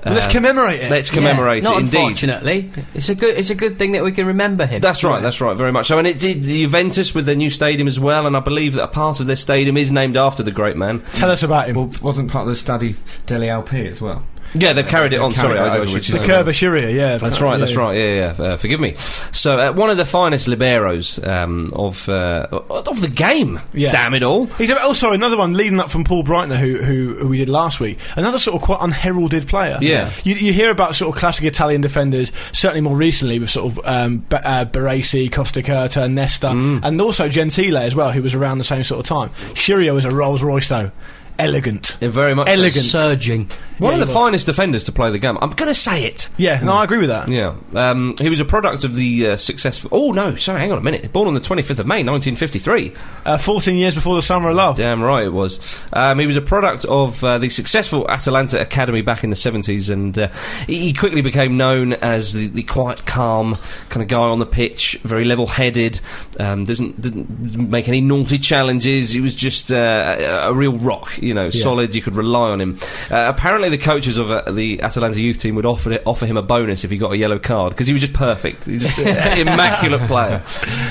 C: Let's
B: uh,
C: commemorate it.
B: let's commemorate
A: Yeah,
B: it
A: not
B: indeed.
A: Unfortunately, it's a good it's a good thing that we can remember him.
B: That's right, that's right, very much. I mean, it did the Juventus with their new stadium as well, and I believe that a part of their stadium is named after the great man.
C: Tell us about him.
E: well, wasn't part of the study Deli LP as well.
B: Yeah, they've carried it on.
E: carried
B: Sorry,
E: it
B: I- I
E: over,
B: should
E: which
C: the
E: is
B: say.
C: Curva Shiria, yeah.
B: That's right. That's
C: Yeah.
B: right. Yeah, yeah. Uh, forgive me. So, uh, one of the finest liberos um, of uh, of the game.
C: Yeah.
B: Damn it all.
C: He's also another one leading up from Paul Breitner, who, who who we did last week. Another sort of quite unheralded player.
B: Yeah.
C: you, you hear about sort of classic Italian defenders, certainly more recently with sort of um, B- uh, Baresi, Costa Curta, Nesta,
B: Mm.
C: and also Gentile as well, who was around the same sort of time. Shirio was a Rolls Royce though, elegant.
B: Yeah, very much.
C: Elegant.
A: surging.
C: Yeah,
B: One of
C: he
B: the
C: was.
B: finest defenders to play the game. I'm going to say it.
C: Yeah, no, I agree with that.
B: Yeah. Um, he was a product of the uh, successful. Oh no! Sorry, hang on a minute. Born on the 25th of May, 1953.
C: Uh, Fourteen years before the summer of love.
B: Damn right it was. Um, he was a product of uh, the successful Atalanta Academy back in the 70s, and uh, he he quickly became known as the, the quiet, calm kind of guy on the pitch, very level headed, um, doesn't, didn't make any naughty challenges. He was just uh, a, a real rock, you know, solid. You could rely on him. Uh, apparently, the coaches of uh, the Atalanta youth team would offer, it, offer him a bonus if he got a yellow card because he was just perfect. He was just an immaculate player.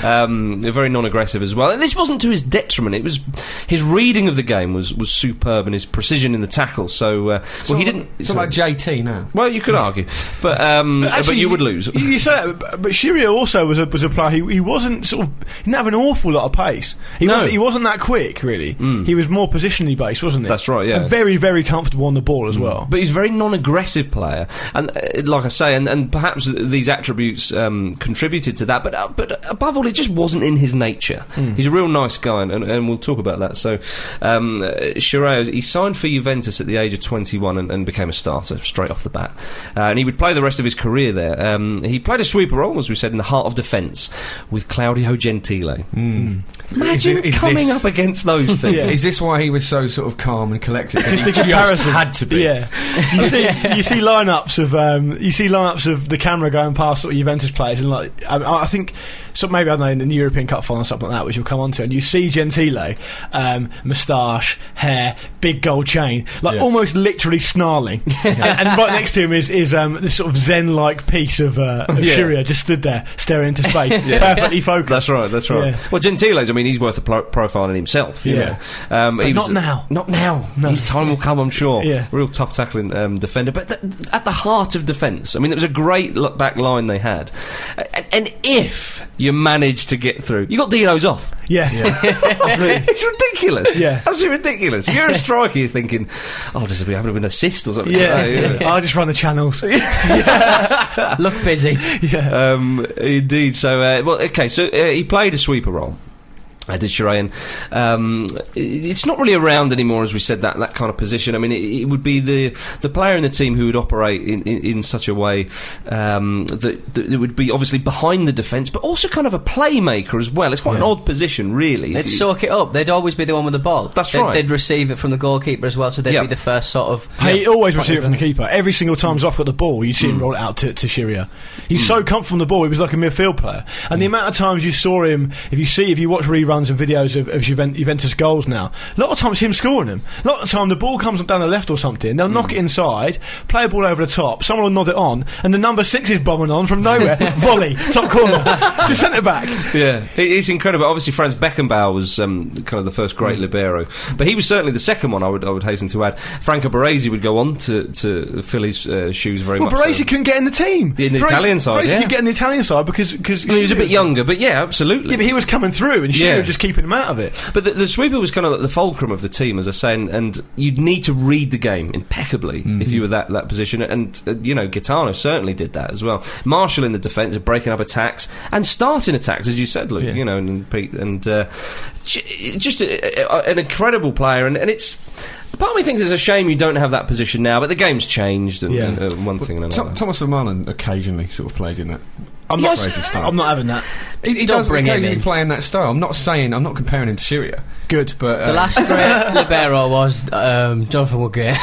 B: Um, very non aggressive as well. And this wasn't to his detriment. It was his reading of the game was, was superb and his precision in the tackle. So, uh, well, he didn't.
E: It's not like JT now.
B: well, you could argue, but um, but you would lose.
C: You, you say that, but, but Shirio also was a, was a player. He, he wasn't sort of he didn't have an awful lot of pace. He
B: No. Mm.
C: wasn't, he wasn't that quick really. He was more positionally based, wasn't it?
B: That's right, yeah. Mm.
C: And very, very comfortable on the ball as well.
B: But he's a very non-aggressive player, and uh, like I say, and, and perhaps these attributes um, contributed to that. But uh, but above all, it just wasn't in his nature.
E: Hmm.
B: He's a real nice guy, and, and, and we'll talk about that. So, um, uh, Shireo, he signed for Juventus at the age of 21 and, and became a starter straight off the bat, uh, and he would play the rest of his career there. Um, he played a sweeper role, as we said, in the heart of defence with Claudio Gentile. Imagine
E: Hmm. Is it- is
B: coming
E: this-
B: up against those things.
C: Yeah.
E: Is this why he was so sort of calm and collected?
C: Just a comparison.
E: had to be.
C: Yeah, you see, you see lineups of um, you see lineups of the camera going past sort of Juventus players, and like I, I think so maybe I don't know in the European Cup final or something like that, which we'll come on to, and you see Gentile, um, moustache, hair, big gold chain, like
E: Yeah.
C: almost literally snarling, and, and right next to him is is um, this sort of zen-like piece of, uh, of
B: Yeah.
C: Shiria just stood there staring into space, perfectly focused.
B: That's right. That's right.
C: Yeah.
B: Well, Gentile's. I mean, he's worth a pro- profile in himself. you
C: Yeah.
B: know. Um,
C: But not now.
B: Not now.
C: No.
B: His time will come, I'm sure.
C: Yeah.
B: Real tough tackling um, defender, but th- th- at the heart of defence. I mean, it was a great look back line they had, and, and if you managed to get through, you got Dino's off.
C: Yeah,
B: it's ridiculous.
C: Yeah.
B: Absolutely ridiculous. You're a striker. You're thinking, I'll just be having an assist or something.
C: yeah.
B: You know.
C: I'll just run the channels.
A: Look busy.
B: um, indeed. So, uh, well, okay. So uh, he played a sweeper role. I did Shirayan. Um, it's not really around anymore, as we said that that kind of position. I mean, it, it would be the the player in the team who would operate in, in, in such a way um, that, that it would be obviously behind the defence, but also kind of a playmaker as well. It's quite an odd position, really. if
A: They'd
B: you-
A: soak it up. They'd always be the one with the ball.
B: That's
A: they'd,
B: right.
A: They'd receive it from the goalkeeper as well, so they'd
B: Yeah.
A: be the first sort of.
C: He always received it from the keeper. Every single
B: Mm.
C: time Zoff got the ball, you see him roll it out to, to Shiria. He's so comfortable on the ball, he was like a midfield player. And
B: Mm.
C: the amount of times you saw him, if you see, if you watch reruns and videos of, of Juven- Juventus goals now, a lot of times him scoring them. A lot of the time the ball comes down the left or something, they'll
B: Mm.
C: knock it inside, play a ball over the top, someone will nod it on, and the number six is bombing on from nowhere. Volley, top corner. it's a centre back.
B: Yeah, it- it's incredible. Obviously, Franz Beckenbauer was um, kind of the first
C: Hmm.
B: great libero, but he was certainly the second one. I would I would hasten to add. Franco Baresi would go on to, to fill his uh, shoes very
C: Well,
B: much. so.
C: Baresi couldn't get in the team.
B: In the
C: Baresi-
B: Italian side,
C: Baresi
B: yeah.
C: could get in the Italian side because. because
B: I mean, he was a bit
C: Shiria's-
B: younger, but yeah, absolutely.
C: Yeah, but he was coming through, and Shearer
B: Yeah.
C: was just keeping him out of it.
B: But the, the sweeper was kind of like the fulcrum of the team, as I say, and, and you'd need to read the game impeccably if
C: Mm-hmm.
B: you were that, that position. And, uh, you know, Gitano certainly did that as well. Marshall in the defence, of breaking up attacks and starting attacks, as you said, Luke,
C: Yeah.
B: you know, and, and Pete. And uh, j- just a, a, an incredible player. And, and it's. Part of me thinks it's a shame you don't have that position now, but the game's changed and,
C: Yeah.
B: and, uh, one thing and another.
E: Th- Thomas Vermaelen occasionally sort of plays in that.
C: I'm
B: not
E: crazy style.
C: I'm not having that.
E: He, he
A: Don't
E: does
A: bring him
E: occasionally
A: in.
E: play in that style. I'm not saying I'm not comparing him to Shiria,
C: Good.
E: but uh,
A: The last great libero was um, Jonathan Woodgate.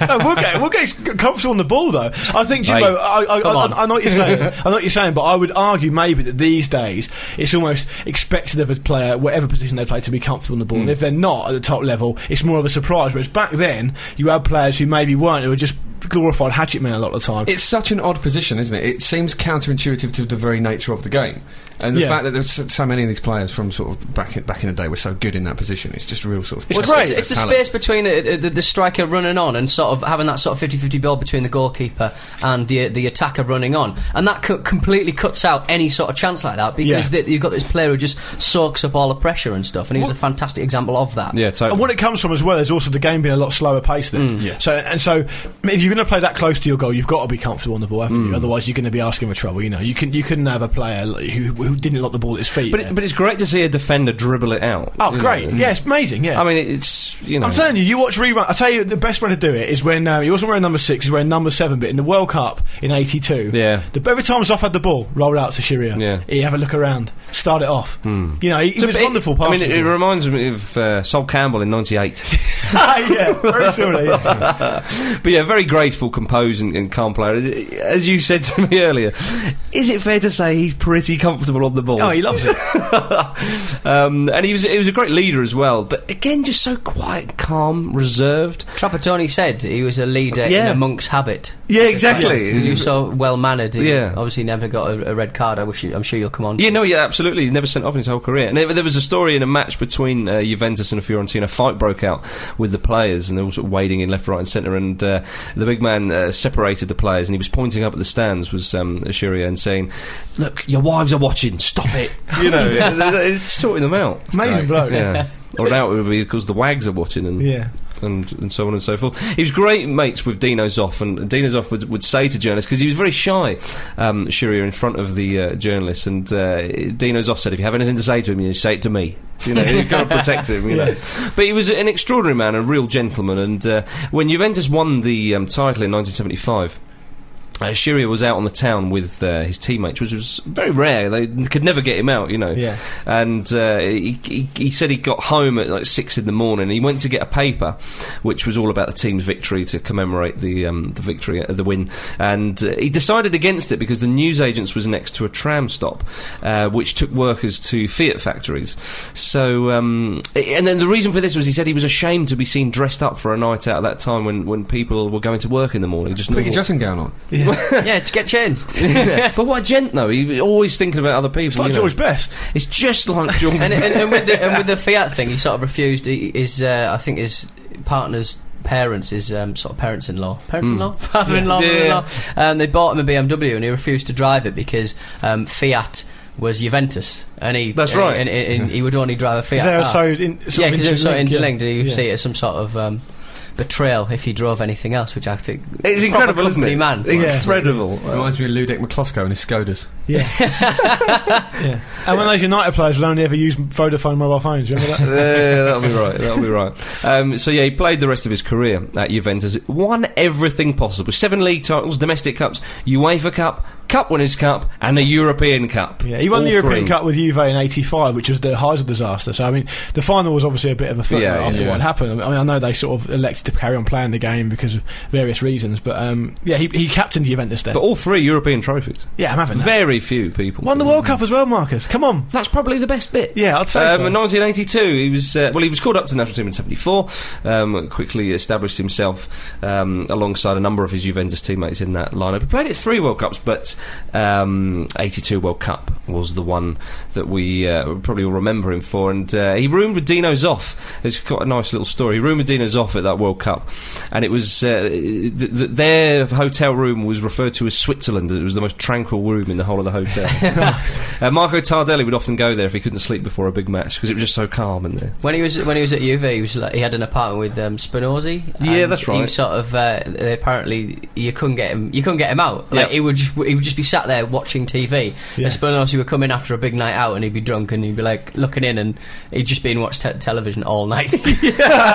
C: no, Woodgate, Woodgate's c- comfortable on the ball, though. I think Jimbo.
B: Mate,
C: I, I,
A: come on.
C: I, I know what you're saying. I know what you're saying, but I would argue maybe that these days it's almost expected of a player, whatever position they play, to be comfortable on the
B: Hmm.
C: ball. And if they're not at the top level, it's more of a surprise. Whereas back then, you had players who maybe weren't, who were just glorified hatchet men a lot of the time.
E: It's such an odd position, isn't it? It seems counterintuitive to the very nature of the game, and the
C: Yeah.
E: fact that there's so so many of these players from sort of back in, back in the day were so good in that position. It's just a real sort of.
C: It's
E: Well,
C: great.
A: It's, it's the
E: talent.
A: space between the, the, the striker running on and sort of having that sort of 50 50 ball between the goalkeeper and the the attacker running on. And that co- completely cuts out any sort of chance like that because
C: Yeah.
A: the, you've got this player who just soaks up all the pressure and stuff. And he was
C: What-
A: a fantastic example of that.
B: yeah, totally.
C: And what it comes from as well is also the game being a lot slower paced then.
B: Hmm.
C: So and so if you're going to play that close to your goal, you've got to be comfortable on the ball,
B: Hmm.
C: haven't you? Otherwise, you're going to be asking for trouble. You know, you can you couldn't have a player like, who, who didn't lock the ball at his feet.
B: but,
C: there.
B: it, but it's great to see a defender dribble it out.
C: oh,
B: you know.
C: great! Yeah, it's amazing. Yeah,
B: I mean, it's, you know.
C: I'm telling you, you watch rerun. I tell you, the best way to do it is when um, he wasn't wearing number six; he's wearing number seven. But in the World Cup in '82,
B: Yeah.
C: the, every time Zoff had the ball, rolled out to Shiria.
B: Yeah. Hmm.
C: he have a look around, start it off. You know, he, he
B: So,
C: was
B: but it-
C: wonderful.
B: I mean,
C: passing
B: it,
C: the
B: it
C: ball.
B: reminds me of uh, Sol Campbell in '98.
C: yeah, very similar. yeah.
B: but yeah, very graceful, composed, and, and calm player. As- As you said to me earlier, is it fair to say he's pretty comfortable on the ball?
C: Oh, he loves it.
B: um, and he was he was a great leader as well. But again, just so quiet, calm, reserved.
A: Trapattoni said he was a leader
B: Yeah.
A: in a monk's habit.
B: Yeah,
A: He was
B: exactly.
A: so well mannered.
B: Yeah.
A: Obviously, never got a, a red card. I wish you, I'm sure you'll come on.
B: Yeah, no, yeah, absolutely. He never sent off in his whole career. And there there was a story in a match between uh, Juventus and Fiorentina. A fight broke out with the players, and they were all sort of wading in left, right, and centre. And uh, the big man uh, separated the players, and he was pointing up at the stands, was um, Ashuria, and saying, Look, your wives are watching, stop it. you know, it's sorting them out.
C: Amazing bloke.
B: Yeah. Or now it would be because the wags are watching, and
C: Yeah.
B: and, and so on and so forth. He was great mates with Dino Zoff, and Dino Zoff would, would say to journalists, because he was very shy, um, Shiria, in front of the uh, journalists, and uh, Dino Zoff said, if you have anything to say to him, you say it to me. You know, you've got to protect him, you know. But he was an extraordinary man, a real gentleman, and uh, when Juventus won the um, title in 1975, uh, Shiria was out on the town with uh, his teammates, which was very rare. They n- could never get him out, you know.
C: Yeah.
B: And uh, he, he, he said he got home at like six in the morning. He went to get a paper, which was all about the team's victory to commemorate the um, the victory, uh, the win. And uh, he decided against it because the newsagents was next to a tram stop, uh, which took workers to Fiat factories. So, um, and then the reason for this was he said he was ashamed to be seen dressed up for a night out at that time when, when people were going to work in the morning. Just
E: Put your
B: normal.
E: dressing gown on.
A: yeah, to get changed.
B: but what a gent though! He's always thinking about other people.
C: It's like
B: you know.
C: George Best.
B: It's just like George.
A: and, and, and, with the, and with the Fiat thing, he sort of refused. He, his, uh, I think his partner's parents, his um, sort of parents-in-law, parents-in-law, father-in-law,
B: Yeah.
A: mother-in-law, um, they bought him a BMW, and he refused to drive it because um, Fiat was Juventus, and he
B: That's
A: and-
B: right.
A: and, and, and he would only drive a Fiat.
C: Because
B: Ah.
C: they were
A: car.
C: so in, sort
A: yeah,
C: of
A: because it was so interlinked,
C: interlinked,
A: and
C: yeah.
A: you would
C: Yeah.
A: see it as some sort of. Um, Betrayal if he drove anything else, which I think
B: it's
A: proper
B: incredible, isn't
A: company
B: it?
A: Man,
B: Incredible.
E: Reminds me of Ludek McCloskey and his Skodas.
C: Yeah. yeah. And when those United players would only ever use Vodafone mobile phones, you remember that?
B: yeah, that'll be right. That'll be right. Um, so yeah, he played the rest of his career at Juventus, won everything possible: seven league titles, domestic cups, UEFA Cup, Cup Winners' Cup, and the European Cup.
C: Yeah, he won
B: All
C: the European
B: three.
C: Cup with Juve in '85, which was the height of disaster. So I mean, the final was obviously a bit of a footnote
B: Yeah, yeah,
C: after
E: yeah.
C: what had happened. I mean, I know they sort of elected to carry on playing the game because of various reasons, but um, yeah, he, he captained Juventus then.
B: but all three European trophies.
C: yeah, I'm having that.
B: Very few people
C: Won the World Cup as well, Marcus. Come on.
B: That's probably the best bit.
C: Yeah, I'd say
B: Um,
C: so.
B: In 1982, he was uh, well. He was called up to the national team in '74. Um, quickly established himself um, alongside a number of his Juventus teammates in that lineup. He played at three World Cups, but um, '82 World Cup was the one that we uh, probably all remember him for. And uh, he roomed with Dino Zoff. It's got a nice little story. He roomed with Dino Zoff at that World Cup, and it was uh, th- th- their hotel room was referred to as Switzerland. It was the most tranquil room in the whole of the hotel. Uh, Marco Tardelli would often go there if he couldn't sleep before a big match because it was just so calm in there.
A: When he was when he was at UV, he was like, he had an apartment with um, Spinozzi.
B: Yeah,
A: and
B: that's
A: He
B: right.
A: was sort of uh, apparently you couldn't get him you couldn't get him out. Like
B: Yeah.
A: he would just, he would just be sat there watching TV.
C: Yeah.
A: And Spinozzi would come in after a big night out and he'd be drunk and he'd be like looking in and he'd just been watched te- television all night.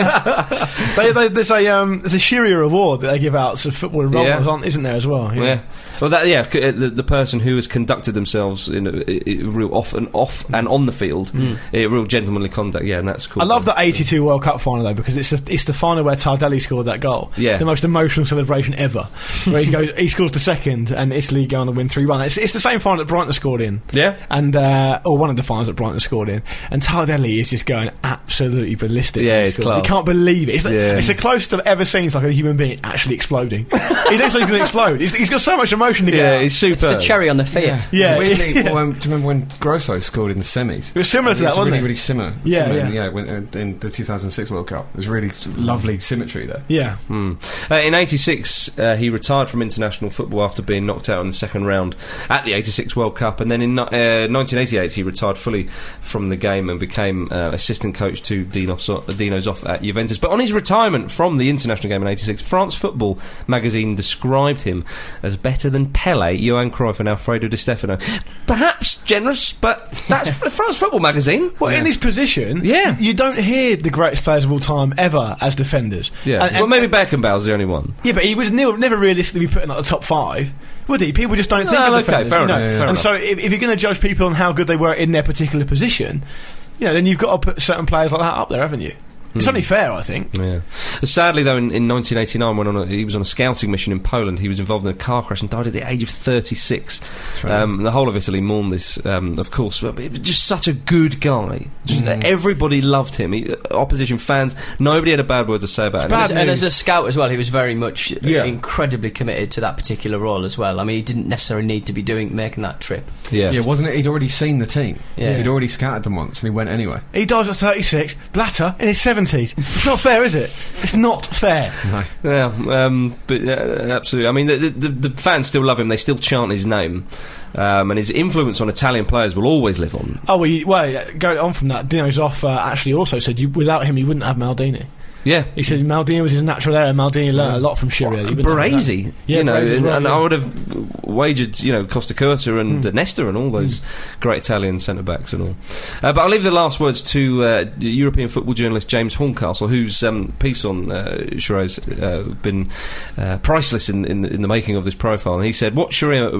C: they, they, there's a um, there's a Shearer Award that they give out to football rivals, on, isn't there as well?
B: Yeah. Well, that yeah, c- uh, the, the person who has conducted themselves in a, a- a real off and off and on the field,
A: Mm.
B: a real gentlemanly conduct. Yeah, and that's cool.
C: I love that '82 World Cup final though because it's the it's the final where Tardelli scored that goal.
B: Yeah.
C: the most emotional celebration ever. Where he goes, he scores the second, and Italy go on to win three-one. It's, it's the same final that Brighton scored in,
B: Yeah.
C: and uh, or one of the finals that Brighton scored in, and Tardelli is just going absolutely ballistic.
B: Yeah,
C: when he
B: it's
C: scores.
B: class.
C: He can't believe it. It's the,
B: Yeah.
C: it's the closest I've ever seen to like a human being actually exploding. he looks like he's going to explode. He's, he's got so much emotion to get.
B: Yeah,
C: out.
B: it's
A: it's
B: super.
A: the cherry on the Fiat.
C: yeah.
E: Weirdly, well, um, do you remember when Grosso scored in the semis?
C: It was similar to
E: It
C: that,
E: was
C: wasn't
E: really,
C: it?
E: really similar.
C: Yeah,
E: similar,
C: yeah. Mm.
E: when, uh, in the 2006 World Cup, there's really s- lovely symmetry there.
C: yeah.
B: Hmm. Uh, in '86, uh, he retired from international football after being knocked out in the second round at the '86 World Cup, and then in ni- uh, 1988 he retired fully from the game and became uh, assistant coach to Dino, so- Dino Zoff at Juventus. But on his retirement from the international game in '86, France Football magazine described him as better than Pele, Johan Cruyff, and Alfredo Di Stefano. Perhaps generous, but that's f- France Football magazine.
C: Well, in this position,
B: Yeah.
C: you don't hear the greatest players of all time ever as defenders.
B: Yeah,
C: And- and-
B: well, maybe Beckenbauer's the only one.
C: yeah, but he was ne- never realistically put in like, the top five, would he? People just don't think
B: No,
C: of
B: okay,
C: defenders.
B: fair
C: you know?
B: enough, fair
C: and
B: enough.
C: so, if, if you're going to judge people on how good they were in their particular position, you know, then you've got to put certain players like that up there, haven't you?
B: Hmm.
C: It's only fair, I think.
B: Yeah. Sadly, though, in, in 1989, when on a, he was on a scouting mission in Poland, he was involved in a car crash and died at the age of 36. Um, the whole of Italy mourned this, um, of course. But he was just such a good guy. Just, Everybody loved him. He, uh, opposition fans, nobody had a bad word to say about him.
C: bad.
A: And as- and as a scout as well, he was very much uh,
E: Yeah.
A: incredibly committed to that particular role as well. I mean, he didn't necessarily need to be doing making that trip.
B: Yeah.
E: Yeah, wasn't it? He'd already seen the team.
A: Yeah.
E: He'd already scouted them once, and he went anyway.
C: He dies at 36, Blatter in his 70s. It's not fair, is it? It's not fair.
B: Yeah, um, but uh, absolutely. I mean, the, the, the fans still love him. They still chant his name, um, and his influence on Italian players will always live on.
C: Oh, well, you, well yeah, going on from that, Dino's off uh, actually also said you, without him, you wouldn't have Maldini.
B: Yeah.
C: He said Maldini was his natural era. Maldini learned a lot from Shirley.
B: Baresi,
C: Yeah,
B: you know,
C: Baresi as
B: and,
C: well,
B: and
C: yeah.
B: I would have wagered, you know, Costa Curta and
C: Hmm.
B: uh, Nesta and all those great Italian centre backs and all. Uh, but I'll leave the last words to uh, European football journalist James Horncastle, whose um, piece on uh, Shire's uh, been uh, priceless in, in, the, in the making of this profile. And he said, "What Shirer,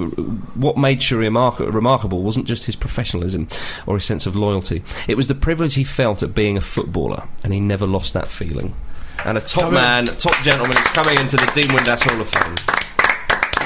B: what made Shirer mark- remarkable wasn't just his professionalism or his sense of loyalty; it was the privilege he felt at being a footballer, and he never lost that feeling." And a top
C: Come in.
B: man, top gentleman is coming into the Dean Windass Hall of Fame.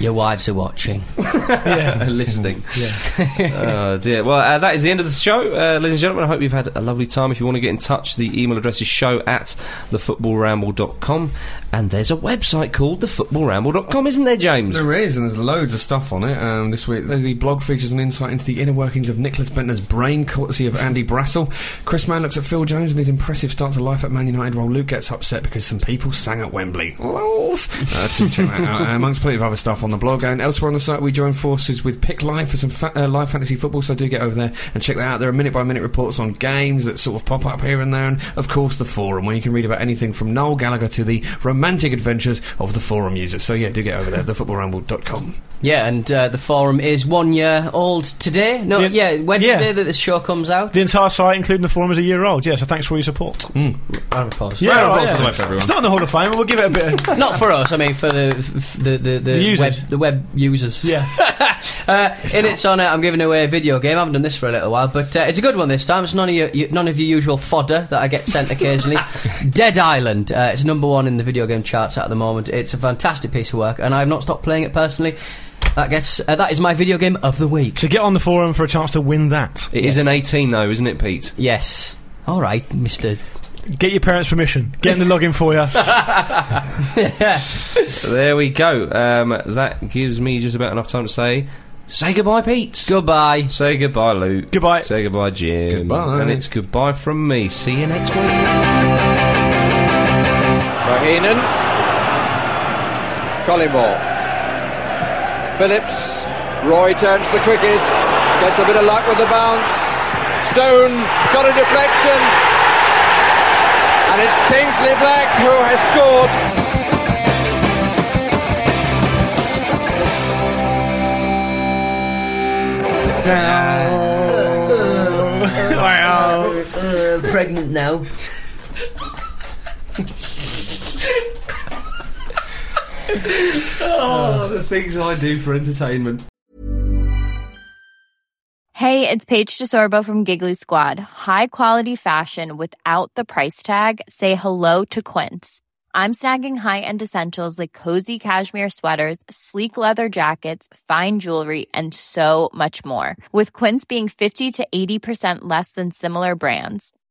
A: Your wives are watching.
B: listening. oh dear. Well, uh, that is the end of the show, uh, ladies and gentlemen. I hope you've had a lovely time. If you want to get in touch, the email address is show at thefootballramble.com. And there's a website called thefootballramble.com, isn't there, James?
E: There is, and there's loads of stuff on it. Um, this week, the- the blog features an insight into the inner workings of Nicholas Bentner's brain, courtesy of Andy Brassel. Chris Mann looks at Phil Jones and his impressive start to life at Man United, while Luke gets upset because some people sang at Wembley. Lols. Uh, do check that out. Uh, amongst plenty of other stuff on the blog and elsewhere on the site, we join forces with Pick Live for some fa- uh, live fantasy football. So do get over there and check that out. There are minute by minute reports on games that sort of pop up here and there, and of course the forum where you can read about anything from Noel Gallagher to the romantic adventures of the forum users. So yeah, do get over there. Thefootballramble.com.
A: Yeah, and uh, the forum is one year old today. No,
C: Yeah.
A: yeah, Wednesday
C: Yeah.
A: that this show comes out.
C: The entire site, including the forum, is a year old. Yeah, so thanks for all your support.
A: Round of applause.
C: Yeah,
E: Hmm. Round of
C: yeah.
E: applause for the web, everyone.
C: It's not in the Hall of Fame, but we'll give it a bit. Of,
A: Not for us. I mean, for the f- the the, the, web
C: users.
A: the web users.
C: yeah.
A: Uh, in its honour, I'm giving away a video game. I haven't done this for a little while, but uh, it's a good one this time. It's none of your, your none of your usual fodder that I get sent occasionally. Dead Island. Uh, it's number one in the video game charts at the moment. It's a fantastic piece of work, and I've not stopped playing it personally. That gets uh, that is my video game of the week.
C: So get on the forum for a chance to win that.
B: It is an 18, though, isn't it, Pete?
A: Yes. All right, Mister.
C: Get your parents' permission. Get them to log in for you.
B: There we go. Um, that gives me just about enough time to say, say goodbye, Pete.
A: Goodbye.
B: say goodbye, Luke.
C: Goodbye.
B: Say goodbye, Jim.
E: Goodbye.
B: And it's goodbye from me. See you next week.
F: Maheenan. Collymore. Phillips. Roy turns the quickest. Gets a bit of luck with the bounce. Stone got a deflection. And it's Kingsley Black who has scored.
A: pregnant now.
B: The things I do for entertainment.
G: Hey, it's Paige DeSorbo from Giggly Squad. High quality fashion without the price tag. Say hello to Quince. I'm snagging high-end essentials like cozy cashmere sweaters, sleek leather jackets, fine jewelry, and so much more. With Quince being 50 to 80% less than similar brands.